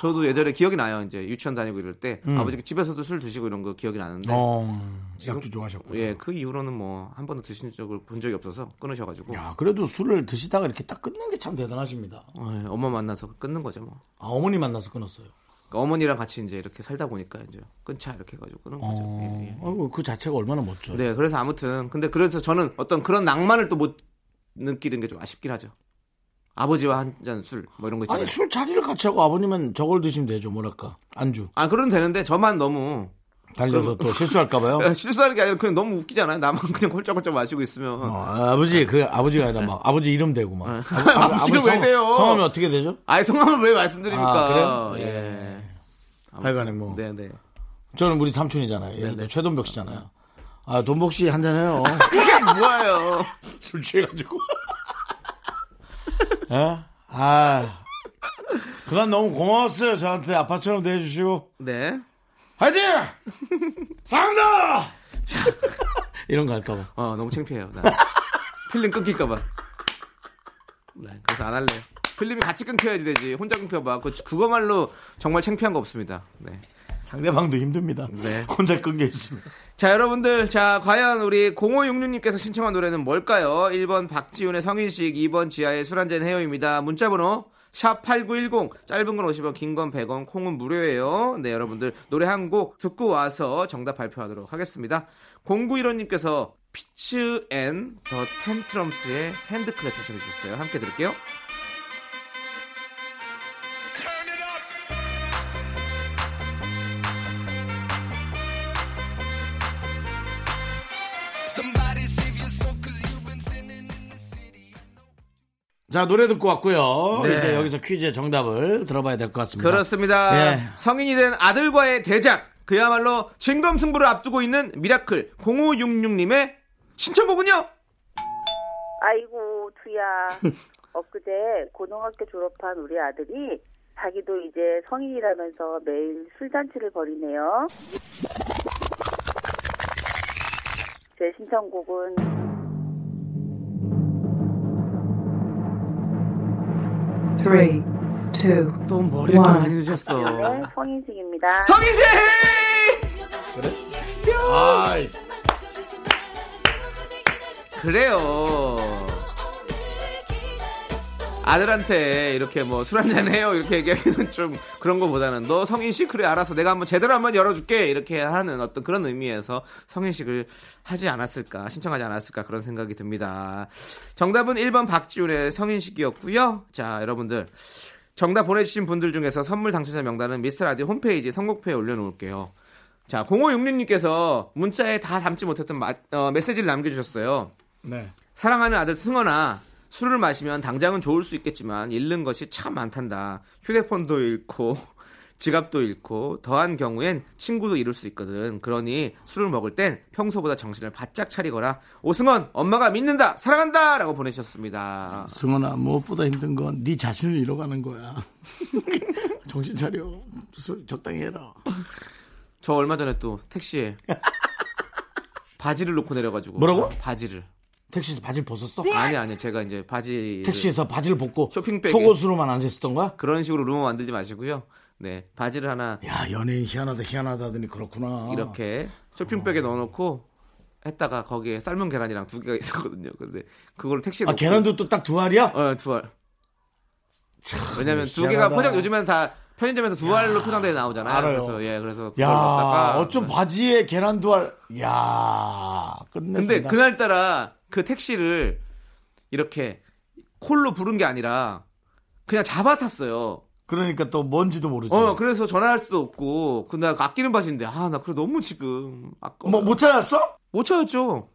S2: 저도 예전에 기억이 나요. 이제 유치원 다니고 이럴 때 아버지가 집에서도 술 드시고 이런 거 기억이 나는데
S1: 음. 어, 약주 좋아하셨고.
S2: 예, 그 이후로는 뭐 한 번도 드신 적을 본 적이 없어서 끊으셔 가지고
S1: 야, 그래도 술을 드시다가 이렇게 딱 끊는 게 참 대단하십니다.
S2: 어, 예, 엄마 만나서 끊는 거죠, 뭐.
S1: 아, 어머니 만나서 끊었어요.
S2: 그러니까 어머니랑 같이 이제 이렇게 살다 보니까 이제 끊자 이렇게 해 가지고 끊은 거죠.
S1: 어,
S2: 예, 예.
S1: 아이고, 그 자체가 얼마나 멋져요.
S2: 네, 그래서 아무튼 근데 그래서 저는 어떤 그런 낭만을 또 못 느끼는 게 좀 아쉽긴 하죠. 아버지와 한 잔 술 뭐 이런 거 있잖아요.
S1: 아니, 술 자리를 같이 하고 아버님은 저걸 드시면 되죠. 뭐랄까. 안주.
S2: 아, 그런 되는데 저만 너무
S1: 달려서 또 실수할까봐요.
S2: 실수하는 게 아니라 그냥 너무 웃기잖아요. 나만 그냥 홀짝홀짝 마시고 있으면
S1: 어, 아버지, 그 아버지가 아니라 막 아버지 이름 대고 막. 아,
S2: 네. 아버지를 왜 대요?
S1: 성함이 어떻게 되죠?
S2: 아예 성함을 왜 말씀드립니까?
S1: 아, 그래요?
S2: 예.
S1: 하여간에 뭐.
S2: 네네.
S1: 저는 우리 삼촌이잖아요. 예를 들어 최돈복 씨잖아요. 아, 돈복 씨 한잔 해요.
S2: 그게 뭐예요?
S1: 술 취해가지고. 예? 아. 그간 너무 고마웠어요. 저한테 아빠처럼 대해주시고.
S2: 네.
S1: 화이팅! 상다! 이런 거 할까봐.
S2: 어, 너무 창피해요. 나. 필름 끊길까봐. 네, 그래서 안 할래요. 필름이 같이 끊겨야지 되지. 혼자 끊겨봐. 그, 그거말로 정말 창피한 거 없습니다. 네.
S1: 상대방도 힘듭니다.
S2: 네.
S1: 혼자 끊겨 있으면.
S2: 자, 여러분들. 자, 과연 우리 0566님께서 신청한 노래는 뭘까요? 1번 박지훈의 성인식, 2번 지하의 술한잔 해요입니다. 문자번호. 샵 8910 짧은 건 50원 긴 건 100원 콩은 무료예요 네 여러분들 노래 한 곡 듣고 와서 정답 발표하도록 하겠습니다 0915님께서 피츠 앤 더 텐트럼스의 핸드클랩 신청해 주셨어요 함께 들을게요
S1: 자, 노래 듣고 왔고요.
S2: 네.
S1: 이제 여기서 퀴즈의 정답을 들어봐야 될 것 같습니다.
S2: 그렇습니다.
S1: 네.
S2: 성인이 된 아들과의 대작. 그야말로 진검승부를 앞두고 있는 미라클 0566님의 신청곡은요?
S7: 아이고 두야 엊그제 고등학교 졸업한 우리 아들이 자기도 이제 성인이라면서 매일 술잔치를 벌이네요. 제 신청곡은
S8: three, two,
S2: 또 머리를
S8: 또 많이
S2: 늦었어.
S7: 네, 성인식입니다.
S2: 성인씨!
S1: 아이,
S2: 그래요. 아들한테 이렇게 뭐 술 한잔 해요 이렇게 얘기하기는 좀 그런 거보다는 너 성인식 그래 알아서 내가 한번 제대로 한번 열어줄게 이렇게 하는 어떤 그런 의미에서 성인식을 하지 않았을까 신청하지 않았을까 그런 생각이 듭니다 정답은 1번 박지훈의 성인식이었고요 자 여러분들 정답 보내주신 분들 중에서 선물 당첨자 명단은 미스터라디오 홈페이지 선곡표에 올려놓을게요 자 0566님께서 문자에 다 담지 못했던 마- 어, 메시지를 남겨주셨어요
S1: 네.
S2: 사랑하는 아들 승원아 술을 마시면 당장은 좋을 수 있겠지만 잃는 것이 참 많단다 휴대폰도 잃고 지갑도 잃고 더한 경우엔 친구도 잃을 수 있거든 그러니 술을 먹을 땐 평소보다 정신을 바짝 차리거라 오승원 엄마가 믿는다 사랑한다 라고 보내셨습니다
S1: 승원아, 무엇보다 힘든 건 네 자신을 잃어가는 거야. 정신 차려. 술 적당히 해라.
S2: 저 얼마 전에 또 택시에 바지를 놓고 내려가지고
S1: 뭐라고?
S2: 바지를
S1: 택시에서 바지를 벗었어?
S2: 아니 아니 제가 이제 바지
S1: 택시에서 바지를 벗고
S2: 네. 쇼핑백에.
S1: 속옷으로만 앉았었던 거야?
S2: 그런 식으로 루머 만들지 마시고요 네 바지를 하나
S1: 야, 연예인 희한하다, 희한하다 하더니 그렇구나.
S2: 이렇게
S1: 아.
S2: 쇼핑백에 넣어놓고 했다가 거기에 삶은 계란이랑 두 개가 있었거든요. 근데 그걸 택시에
S1: 아,
S2: 넣고-
S1: 계란도 또 딱 두 알이야?
S2: 어, 두 알.
S1: 참,
S2: 왜냐면 두
S1: 희한하다.
S2: 개가 포장 요즘엔 다 편의점에서 두 알로 포장돼 나오잖아요.
S1: 알아요.
S2: 그래서 예, 그래서 그걸
S1: 야,
S2: 넣다가
S1: 어쩜 바지에 계란 두 알. 야, 끝내.
S2: 근데 그날 따라 그 택시를 이렇게 콜로 부른 게 아니라 그냥 잡아 탔어요.
S1: 그러니까 또 뭔지도 모르지.
S2: 어, 그래서 전화할 수도 없고 그날 아끼는 바지인데 아, 나 그래 너무 지금 아까
S1: 뭐 못 찾았어?
S2: 못 찾았죠.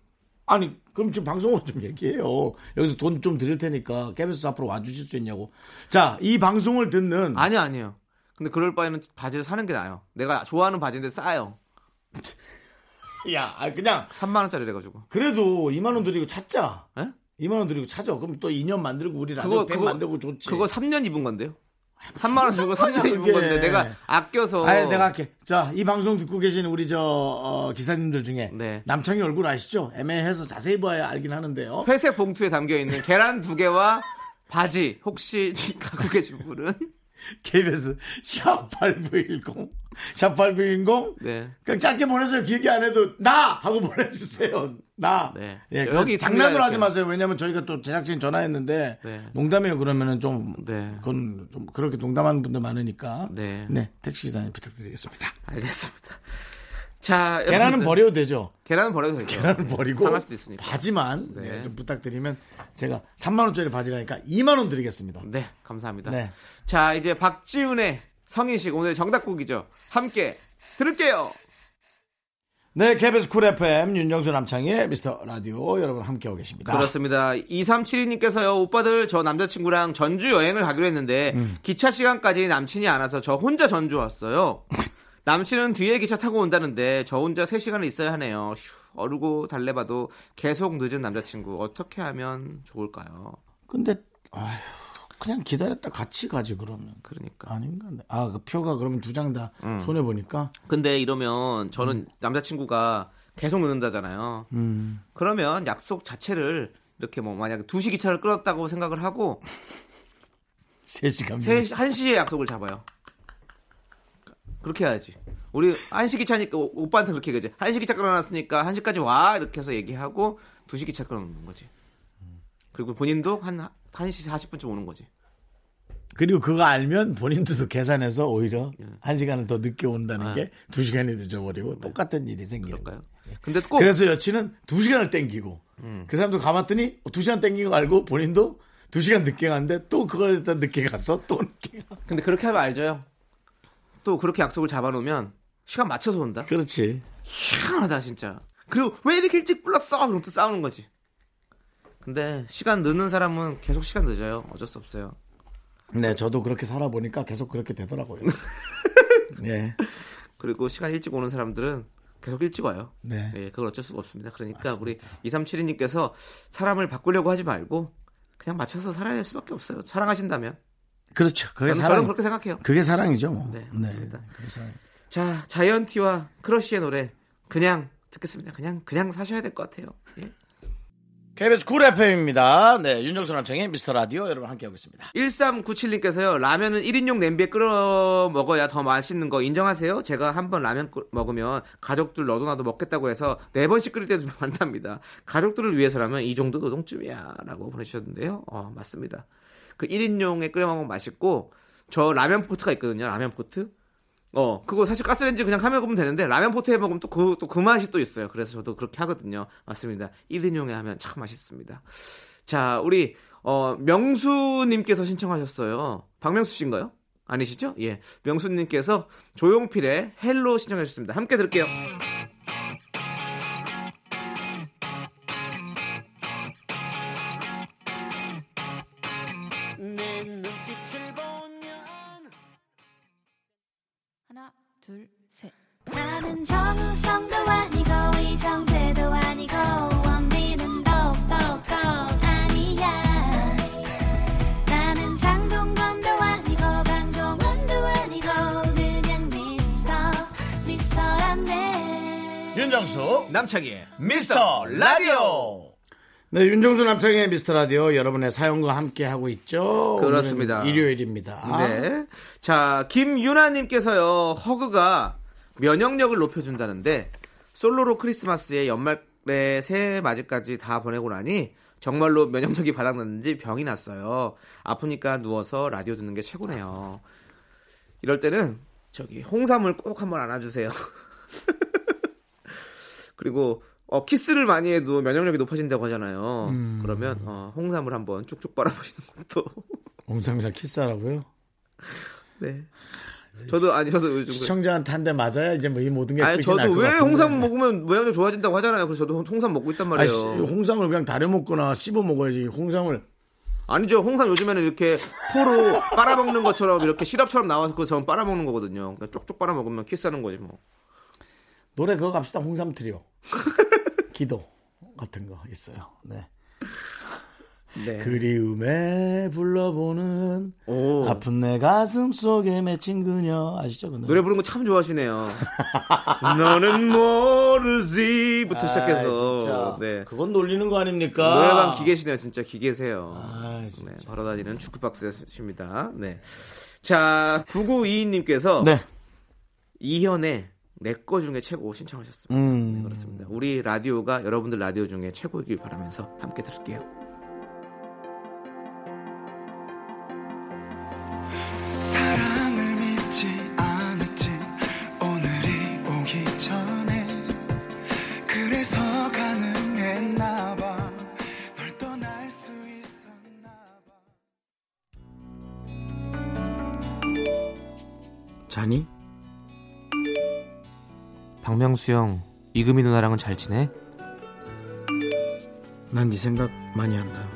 S1: 아니, 그럼 지금 방송으로 좀 얘기해요. 여기서 돈 좀 드릴 테니까 KBS 앞으로 와주실 수 있냐고. 자, 이 방송을 듣는
S2: 아니요, 아니요. 근데 그럴 바에는 바지를 사는 게 나아요. 내가 좋아하는 바지인데 싸요.
S1: 야, 아, 그냥
S2: 3만 원짜리 해가지고.
S1: 그래도 2만 원 드리고 찾자.
S2: 예?
S1: 2만 원 드리고 찾아. 그럼 또 2년 만들고 우리 라디오 100 만들고 좋지.
S2: 그거 3년 입은 건데요. 3만 원 주고 3년
S1: 상관이야,
S2: 입은
S1: 그게.
S2: 건데 내가 아껴서.
S1: 아니, 내가 할게. 자, 이 방송 듣고 계신 우리 저 어, 기사님들 중에
S2: 네.
S1: 남창희 얼굴 아시죠? 애매해서 자세히 봐야 알긴 하는데요.
S2: 회색 봉투에 담겨 있는 계란 두 개와 바지 혹시 갖고 계신 분은
S1: KBS 샵8910 샵8910
S2: 네.
S1: 그냥 짧게 보내세요 길게 안 해도 나 하고 보내주세요 나
S2: 네.
S1: 예,
S2: 저
S1: 여기
S2: 여기
S1: 장난으로
S2: 있습니다,
S1: 하지
S2: 이렇게.
S1: 마세요 왜냐면 저희가 또 제작진 전화했는데
S2: 네.
S1: 농담이에요 그러면은 좀
S2: 네.
S1: 그건 좀 그렇게 농담하는 분들 많으니까
S2: 네.
S1: 택시기사님 부탁드리겠습니다
S2: 알겠습니다. 자,
S1: 계란은
S2: 여러분들,
S1: 버려도 되죠
S2: 계란은 버려도 되죠.
S1: 계란은 버리고
S2: 네, 상할 수도 있으니까.
S1: 바지만
S2: 네.
S1: 네, 좀 부탁드리면 제가 3만 원짜리 바지라니까 2만 원 드리겠습니다
S2: 네, 감사합니다.
S1: 네.
S2: 자, 이제 박지훈의 성인식 오늘 정답곡이죠. 함께 들을게요.
S1: 네, KBS 쿨 FM 윤정수 남창희의 미스터 라디오 여러분 함께하고 계십니다.
S2: 그렇습니다. 2372님께서요, 오빠들 저 남자친구랑 전주 여행을 가기로 했는데, 기차 시간까지 남친이 안 와서 저 혼자 전주 왔어요. 남친은 뒤에 기차 타고 온다는데, 저 혼자 3시간을 있어야 하네요. 휴, 어르고 달래봐도 계속 늦은 남자친구, 어떻게 하면 좋을까요?
S1: 근데 아휴, 그냥 기다렸다 같이 가지 그러면
S2: 그러니까.
S1: 아닌가? 아, 그 표가 그러면 두 장 다 손해 보니까
S2: 근데 이러면 저는 남자친구가 계속 늦는다잖아요. 그러면 약속 자체를 이렇게 뭐 만약에 2시 기차를 끌었다고 생각을 하고
S1: 세 시간.
S2: 세 1시에 약속을 잡아요. 그렇게 해야지. 우리 1시 기차니까 오- 오빠한테 그렇게 얘기하지. 1시 기차 끌어놨으니까 1시까지 와 이렇게 해서 얘기하고 2시 기차 끌어놓는 거지. 그리고 본인도 한 1시 40분쯤 오는 거지.
S1: 그리고 그거 알면 본인들도 계산해서 오히려 한 시간을 더 늦게 온다는 게 두 시간이 늦어버리고 똑같은 일이 생기는
S2: 그럴까요?
S1: 거예요.
S2: 근데 꼭
S1: 그래서 여친은 두 시간을 땡기고 그 사람도 가봤더니 두 시간 땡기고 알고 본인도 두 시간 늦게 갔는데 또 그걸 일단 늦게 가서 또 늦게 가.
S2: 근데 그렇게 하면 알죠. 형? 또 그렇게 약속을 잡아놓으면 시간 맞춰서 온다.
S1: 그렇지.
S2: 희한하다 진짜. 그리고 왜 이렇게 일찍 불렀어? 그럼 또 싸우는 거지. 근데 시간 늦는 사람은 계속 시간 늦어요. 어쩔 수 없어요.
S1: 네, 저도 그렇게 살아보니까 계속 그렇게 되더라고요. 네,
S2: 그리고 시간 일찍 오는 사람들은 계속 일찍 와요.
S1: 네.
S2: 예, 그걸 어쩔 수가 없습니다. 그러니까 우리 2372님께서 사람을 바꾸려고 하지 말고 그냥 맞춰서 살아야 될 수밖에 없어요. 사랑하신다면.
S1: 그렇죠. 그게
S2: 저는, 저는
S1: 사랑,
S2: 그렇게 생각해요.
S1: 그게 사랑이죠. 뭐.
S2: 네, 맞습니다.
S1: 그게 사랑.
S2: 자, 자이언티와 크러쉬의 노래 그냥 듣겠습니다. 그냥 그냥 사셔야 될 것 같아요. 예.
S1: KBS 쿨 FM입니다. 네, 윤정수 남창의 미스터 라디오 여러분 함께하고 있습니다.
S2: 1397님께서요 라면은 1인용 냄비에 끓여 먹어야 더 맛있는 거 인정하세요? 제가 한번 라면 끓- 먹으면 가족들 너도 나도 먹겠다고 해서 네 번씩 끓일 때도 많답니다 가족들을 위해서라면 이 정도 노동쯤이야 라고 보내주셨는데요 어 맞습니다 그 1인용에 끓여 먹으면 맛있고 저 라면 포트가 있거든요 라면 포트 어 그거 사실 가스레인지 그냥 하면 먹으면 되는데 라면 포트에 먹으면 또 그 또 그 맛이 또 있어요 그래서 저도 그렇게 하거든요 맞습니다 1인용에 하면 참 맛있습니다 자, 우리 어, 명수님께서 신청하셨어요. 박명수 씨인가요? 아니시죠? 예, 명수님께서 조용필의 헬로 신청하셨습니다. 함께 들을게요.
S5: 하나 둘 셋. 나는 정우성도 아니고 이정재도 아니고 원빈은 더욱더 아니야. 나는 장동건도 아니고 강동원도 아니고 그냥 미스터 미스터란데.
S1: 윤정수
S2: 남창희의
S1: 미스터 라디오. 네, 윤정수 남창의 미스터 라디오 여러분의 사연과 함께하고 있죠.
S2: 그렇습니다.
S1: 오늘은 일요일입니다.
S2: 네. 자, 김유나님께서요, 허그가 면역력을 높여준다는데, 솔로로 크리스마스에 연말에 새해 맞이까지 다 보내고 나니, 정말로 면역력이 바닥났는지 병이 났어요. 아프니까 누워서 라디오 듣는 게 최고네요. 이럴 때는, 저기, 홍삼을 꼭 한번 안아주세요. 그리고, 어, 키스를 많이 해도 면역력이 높아진다고 하잖아요. 그러면, 어, 홍삼을 한번 쭉쭉 빨아보시는 것도.
S1: 옹성이랑 키스하라고요?
S2: 네. 저도 아니 저도 요즘
S1: 시청자한테 한 대 맞아야 이제 뭐 이 모든 게
S2: 그- 아니
S1: 끝이 날것
S2: 저도 왜
S1: 같은데.
S2: 홍삼 먹으면 면역력 좋아진다고 하잖아요. 그래서 저도 홍삼 먹고 있단
S1: 아니,
S2: 말이에요.
S1: 홍삼을 그냥 다려 먹거나 씹어 먹어야지. 홍삼을
S2: 아니죠. 홍삼 요즘에는 이렇게 포로 빨아먹는 것처럼 이렇게 시럽처럼 나와서 그거 전 빨아먹는 거거든요. 그러니까 쪽쪽 빨아먹으면 키스하는 거지 뭐.
S1: 노래 그거 갑시다. 홍삼 트리오. 기도 같은 거 있어요. 네.
S4: 네.
S2: 그
S1: 그리움에 불러보는
S2: 예. 오.
S1: 아픈 내 가슴 속에 맺힌 그녀 아시죠? 그 노래?
S2: 노래 부르는 거 참 좋아하시네요. 너는 모르지부터
S1: 아,
S2: 시작해서
S1: 진짜.
S2: 네.
S1: 그건 놀리는 거 아닙니까?
S2: 노래방 기계시네요, 진짜 기계세요.
S1: 아, 진짜.
S2: 네, 걸어다니는 축구박스였습니다. 네. 자, 9922님께서
S1: 네.
S2: 이현의 내 거 중에 최고 신청하셨습니다.
S1: 음.
S2: 네, 그렇습니다. 우리 라디오가 여러분들 라디오 중에 최고이길 바라면서 함께 들을게요.
S6: 사랑을 믿지 않았지 오늘이 오기 전에 그래서 가능했나 봐널 떠날 수 있었나 봐
S1: 자니?
S2: 박명수 형, 이금희 누나랑은 잘 지내?
S1: 난 네 생각 많이 한다.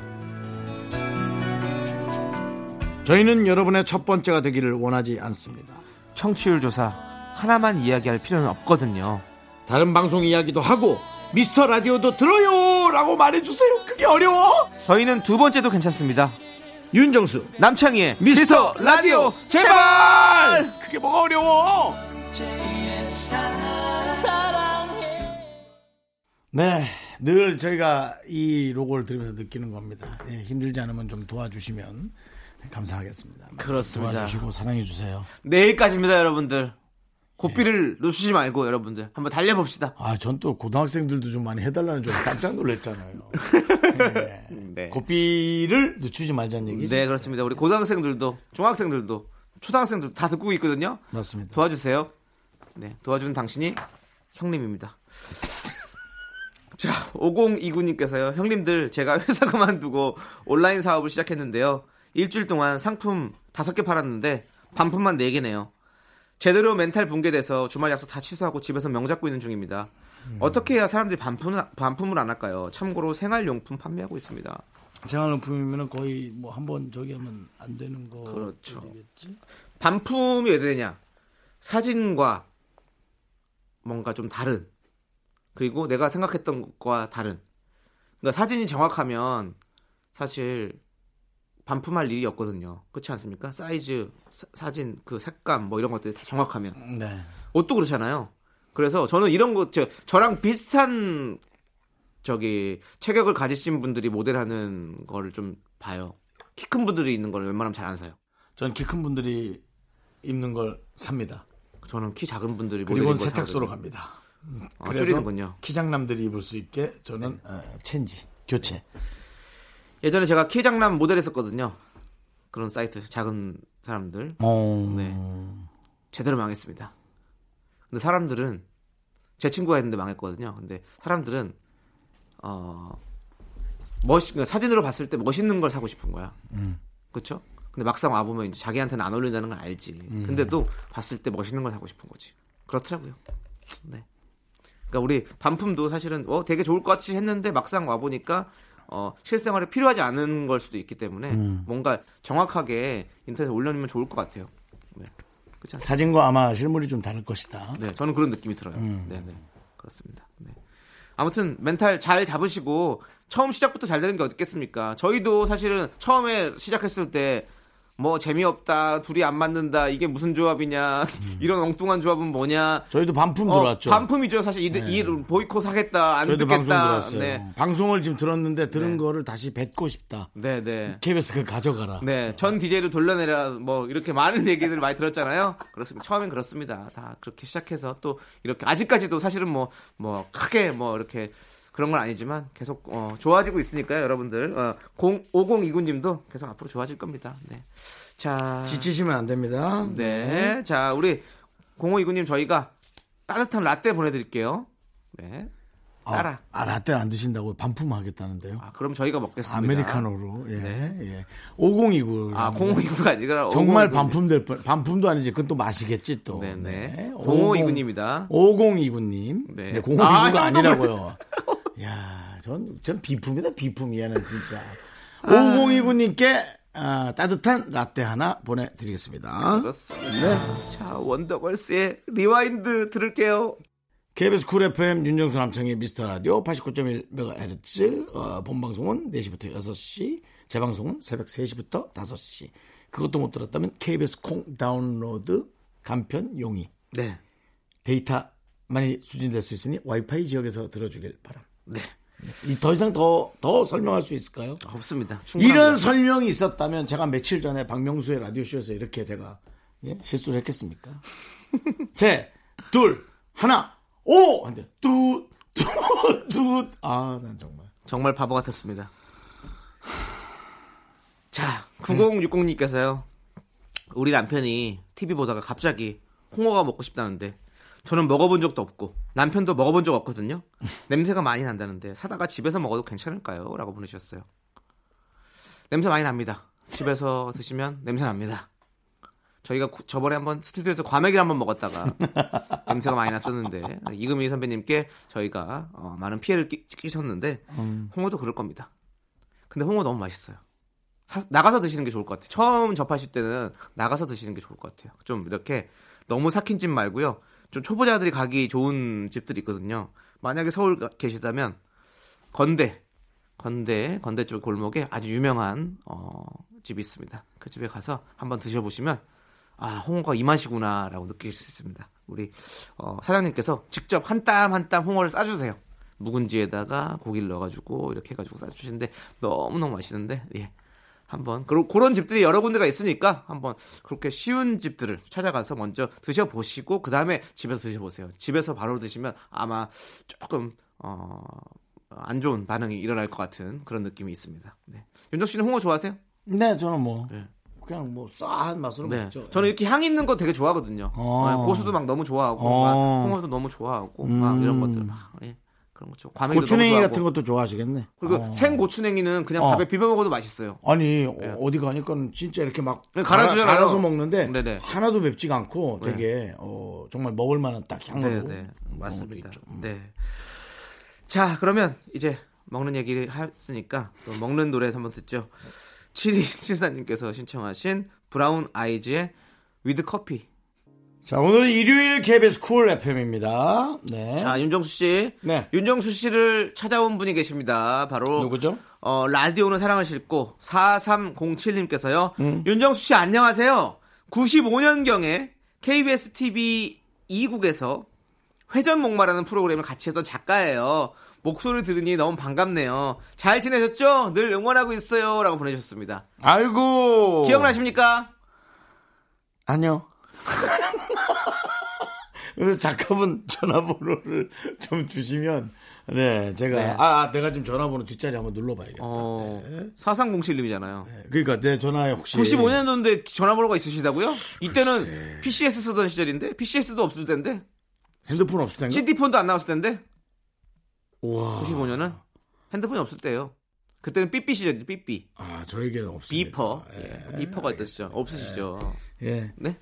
S1: 저희는 여러분의 첫 번째가 되기를 원하지 않습니다.
S2: 청취율 조사 하나만 이야기할 필요는 없거든요.
S1: 다른 방송 이야기도 하고 미스터 라디오도 들어요라고 말해주세요. 그게 어려워.
S2: 저희는 두 번째도 괜찮습니다.
S1: 윤정수
S2: 남창희의 미스터 라디오 제발!
S1: 그게 뭐가 어려워? 네, 늘 저희가 이 로고를 들으면서 느끼는 겁니다. 예, 힘들지 않으면 좀 도와주시면 감사하겠습니다.
S2: 그렇습니다.
S1: 도와주시고 사랑해 주세요.
S2: 내일까지입니다, 여러분들. 고삐를 놓치지 말고 여러분들 한번 달려봅시다.
S1: 아, 전 또 고등학생들도 좀 많이 해달라는 줄 알고 깜짝 놀랐잖아요. 예.
S2: 네.
S1: 고삐를 늦추지 말자는 얘기죠.
S2: 네, 그렇습니다. 우리 고등학생들도 중학생들도 초등학생들도 다 듣고 있거든요.
S1: 맞습니다.
S2: 도와주세요. 네, 도와주는 당신이 형님입니다. 자, 5029님께서요. 형님들, 제가 회사 그만두고 온라인 사업을 시작했는데요. 일주일 동안 상품 5개 팔았는데 반품만 4개네요. 제대로 멘탈 붕괴돼서 주말 약속 다 취소하고 집에서 명잡고 있는 중입니다. 어떻게 해야 사람들이 반품을, 반품을 안 할까요? 참고로 생활용품 판매하고 있습니다.
S1: 생활용품이면 거의 뭐 한 번 저기 하면 안 되는 거.
S2: 그렇죠. 반품이 왜 되냐? 사진과 뭔가 좀 다른 그리고 내가 생각했던 것과 다른 그러니까 사진이 정확하면 사실 반품할 일이 없거든요. 그렇지 않습니까? 사이즈, 사, 진그 색감 뭐 이런 것들이 다 정확하면
S1: 네.
S2: 옷도 그렇잖아요. 그래서 저는 이런 거 저, 저랑 비슷한 저기 체격을 가지신 분들이 모델하는 거를 좀 봐요. 키 큰 분들이 있는 걸 웬만하면 잘 안 사요.
S1: 전 키 큰 분들이 입는 걸 삽니다.
S2: 저는 키 작은 분들이
S1: 그리고
S2: 모델인 걸
S1: 세탁소로
S2: 사거든요.
S1: 갑니다.
S2: 아, 줄이는군요.
S1: 키장남들이 입을 수 있게 저는 어, 체인지 교체.
S2: 예전에 제가 키 장남 모델했었거든요. 그런 사이트 작은 사람들
S1: 어...
S2: 네. 제대로 망했습니다. 근데 사람들은 제 친구가 했는데 망했거든요. 근데 사람들은 어 멋있 그러니까 사진으로 봤을 때 멋있는 걸 사고 싶은 거야. 그렇죠? 근데 막상 와 보면 이제 자기한테는 안 어울린다는 걸 알지. 근데도 봤을 때 멋있는 걸 사고 싶은 거지. 그렇더라고요. 네. 그러니까 우리 반품도 사실은 어 되게 좋을 것 같이 했는데 막상 와 보니까 어 실생활에 필요하지 않은 걸 수도 있기 때문에 뭔가 정확하게 인터넷에 올려놓으면 좋을 것 같아요. 네. 그렇지 않습니까?
S1: 사진과 아마 실물이 좀 다를 것이다.
S2: 네, 저는 그런 느낌이 들어요.
S1: 음.
S2: 네, 네. 그렇습니다. 네. 아무튼 멘탈 잘 잡으시고 처음 시작부터 잘 되는 게 어딨겠습니까? 저희도 사실은 처음에 시작했을 때 뭐 재미없다, 둘이 안 맞는다, 이게 무슨 조합이냐, 이런 엉뚱한 조합은 뭐냐.
S1: 저희도 반품
S2: 어,
S1: 음. 들어왔죠. 네.
S2: 반품이죠. 사실 이, 이 보이콧 하겠다, 안
S1: 저희도 방송
S2: 듣겠다.
S1: 들어왔어요.
S2: 네,
S1: 방송을 지금 들었는데 들은
S2: 네.
S1: 거를 다시 뱉고 싶다.
S2: 네, 네.
S1: KBS 그 가져가라.
S2: 네, 전 DJ로 돌려내라 뭐 이렇게 많은 얘기들 많이 들었잖아요. 그렇습니다. 처음엔 그렇습니다. 다 그렇게 시작해서 또 이렇게 아직까지도 사실은 뭐 뭐 크게 뭐 이렇게 그런 건 아니지만 계속 어, 좋아지고 있으니까요, 여러분들. 어, 0 5029님도 계속 앞으로 좋아질 겁니다. 네. 자,
S1: 지치시면 안 됩니다.
S2: 네, 자 우리 0529님 저희가 따뜻한 라떼 보내드릴게요. 네, 따라.
S1: 아, 라떼는 안 드신다고 반품하겠다는데요.
S2: 아, 그럼 저희가 먹겠습니다. 네.
S1: 아메리카노로. 예. 예. 5029.
S2: 아, 0529가 아니라
S1: 정말
S2: 0529 님.
S1: 반품될 뻔. 반품도 아니지. 그건 또 마시겠지 또.
S2: 네네. 0529입니다.
S1: 5029님.
S2: 네.
S1: 네. 0529가
S2: 아,
S1: 아, 니라고요 야, 전, 전 비품이다, 비품이야는 진짜.
S2: 아.
S1: 5029님께 아, 따뜻한 라떼 하나 보내드리겠습니다. 네.
S2: 그렇습니다. 자, 원더걸스의 리와인드 들을게요.
S1: KBS 쿨 FM 윤정수 남창의 미스터 라디오 89.1MHz 어, 본방송은 4시부터 6시 재방송은 새벽 3시부터 5시 그것도 못 들었다면 KBS 콩 다운로드 간편 용이
S2: 네.
S1: 데이터 많이 수진될 수 있으니 와이파이 지역에서 들어주길 바람 네. 더 이상 더, 더 설명할 수 있을까요?
S2: 없습니다. 충분합니다.
S1: 이런 설명이 있었다면 제가 며칠 전에 박명수의 라디오쇼에서 이렇게 제가 예? 실수를 했겠습니까? 셋, 둘, 하나, 오! 한데 뚜, 뚜, 뚜. 아, 난 정말.
S2: 정말 바보 같았습니다. 자, 9060님께서요. 우리 남편이 TV 보다가 갑자기 홍어가 먹고 싶다는데 저는 먹어본 적도 없고 남편도 먹어본 적 없거든요. 냄새가 많이 난다는데 사다가 집에서 먹어도 괜찮을까요? 라고 보내주셨어요. 냄새 많이 납니다. 집에서 드시면 냄새 납니다. 저희가 고- 저번에 한번 스튜디오에서 과메기를 한번 먹었다가 냄새가 많이 났었는데 이금희 선배님께 저희가 어, 많은 피해를 끼, 끼쳤는데 홍어도 그럴 겁니다. 근데 홍어 너무 맛있어요. 사- 나가서 드시는 게 좋을 것 같아요. 처음 접하실 때는 나가서 드시는 게 좋을 것 같아요. 좀 이렇게 너무 삭힌 집 말고요. 좀 초보자들이 가기 좋은 집들이 있거든요. 만약에 서울 가- 계시다면 건대, 건대, 건대 쪽 골목에 아주 유명한 어, 집이 있습니다. 그 집에 가서 한번 드셔보시면 아 홍어가 이 맛이구나라고 느낄 수 있습니다. 우리 어, 사장님께서 직접 한 땀 한 땀 홍어를 싸주세요. 묵은지에다가 고기를 넣어가지고 이렇게 해가지고 싸주시는데 너무 너무 맛있는데 예 한번 그런 그런 집들이 여러 군데가 있으니까 한번 그렇게 쉬운 집들을 찾아가서 먼저 드셔보시고 그 다음에 집에서 드셔보세요. 집에서 바로 드시면 아마 조금 어, 안 좋은 반응이 일어날 것 같은 그런 느낌이 있습니다. 네. 윤정 씨는 홍어 좋아하세요?
S1: 네, 저는 뭐,
S2: 네.
S1: 그냥 뭐, 싸한 맛으로
S2: 네.
S1: 먹죠.
S2: 저는 이렇게 향 있는 거 되게 좋아하거든요.
S1: 어.
S2: 네, 고수도 막 너무 좋아하고,
S1: 어.
S2: 막 홍어도 너무 좋아하고, 막
S1: 음.
S2: 이런 것들 막 예. 그런 거죠. 과메기도
S1: 고추냉이
S2: 너무 좋아하고.
S1: 같은 것도 좋아하시겠네.
S2: 그리고
S1: 어.
S2: 생 고추냉이는 그냥
S1: 어.
S2: 밥에 비벼 먹어도 맛있어요.
S1: 아니 어, 어디 가니까 진짜 이렇게 막
S2: 예. 네,
S1: 갈아,
S2: 갈아주잖아요.
S1: 갈아서 먹는데
S2: 네네.
S1: 하나도 맵지가 않고 되게 어, 정말 먹을 만한 딱
S2: 네,
S1: 향으로
S2: 네. 맞습니다.
S1: 있죠.
S2: 네. 자, 그러면 이제 먹는 얘기를 했으니까 또 먹는 노래 한번 듣죠. 7274님께서 신청하신 브라운 아이즈의 위드 커피.
S1: 자 오늘은 일요일 KBS 쿨 FM입니다. 네.
S2: 자, 윤정수 씨.
S1: 네.
S2: 윤정수 씨를 찾아온 분이 계십니다. 바로
S1: 누구죠?
S2: 어, 라디오는 사랑을 싣고 4307님께서요.
S1: 음.
S2: 윤정수 씨 안녕하세요. 95년경에 KBS TV 2국에서 회전 목마라는 프로그램을 같이 했던 작가예요. 목소리 들으니 너무 반갑네요. 잘 지내셨죠? 늘 응원하고 있어요. 라고 보내주셨습니다.
S1: 아이고
S2: 기억나십니까?
S1: 네. 아니요. 그래서 작가분 전화번호를 좀 주시면 네 제가
S2: 네.
S1: 아, 아, 내가 지금 전화번호 뒷자리 한번 눌러봐야겠다.
S2: 어, 4307님이잖아요.
S1: 네, 그러니까 내 전화에 혹시
S2: 95년도인데 전화번호가 있으시다고요? 이때는 PCS 쓰던 시절인데? PCS도 없을 텐데?
S1: 핸드폰 없을 텐가?
S2: CD폰도 안 나왔을 텐데?
S1: 와. 아.
S2: 95년은 핸드폰이 없을 때예요. 그때는 삐삐 시절이죠. 삐삐.
S1: 아 저에게는 없습니다.
S2: 비퍼. 예, 비퍼가 있던 시절. 없으시죠.
S1: 예.
S2: 네.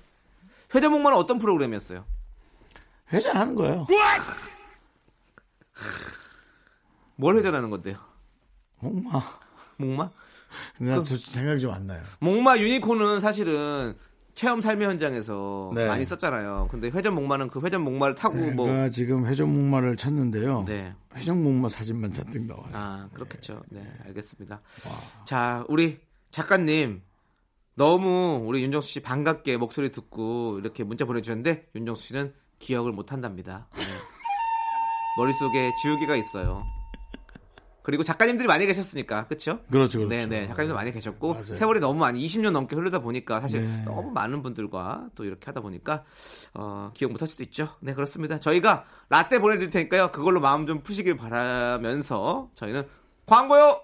S2: 회전목마는 어떤 프로그램이었어요?
S1: 회전하는 거예요. 뭐.
S2: 뭘 회전하는 건데요?
S1: 엄마.
S2: 목마?
S1: 근데 나 솔직히 생각이 좀 안 나요.
S2: 목마 유니콘은 사실은 체험 삶의 현장에서
S1: 네.
S2: 많이 썼잖아요. 근데 회전목마는 그 회전목마를 타고 뭐
S1: 제가 지금 회전목마를 찾는데요.
S2: 네.
S1: 회전목마 사진만 잔뜩 나와요.
S2: 아, 그렇겠죠. 네, 알겠습니다. 자, 우리 작가님. 너무 우리 윤정수 씨 반갑게 목소리 듣고 이렇게 문자 보내주셨는데 윤정수 씨는 기억을 못한답니다. 네. 머릿속에 지우개가 있어요. 그리고 작가님들이 많이 계셨으니까, 그쵸?
S1: 그렇죠, 그렇죠.
S2: 네네. 작가님도 많이 계셨고,
S1: 맞아요.
S2: 세월이 너무 많이, 20년 넘게 흐르다 보니까, 사실
S1: 네.
S2: 너무 많은 분들과 또 이렇게 하다 보니까, 어, 기억 못할 수도 있죠. 네, 그렇습니다. 저희가 라떼 보내드릴 테니까요. 그걸로 마음 좀 푸시길 바라면서, 저희는 광고요!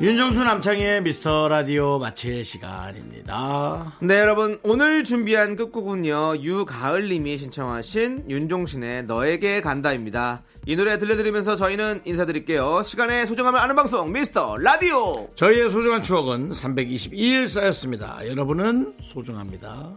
S1: 윤정수 남창희의 미스터 라디오 마칠 시간입니다.
S2: 네 여러분 오늘 준비한 끝곡은요 유가을님이 신청하신 윤종신의 너에게 간다입니다 이 노래 들려드리면서 저희는 인사드릴게요 시간의 소중함을 아는 방송 미스터 라디오
S1: 저희의 소중한 추억은 322일 쌓였습니다. 여러분은 소중합니다.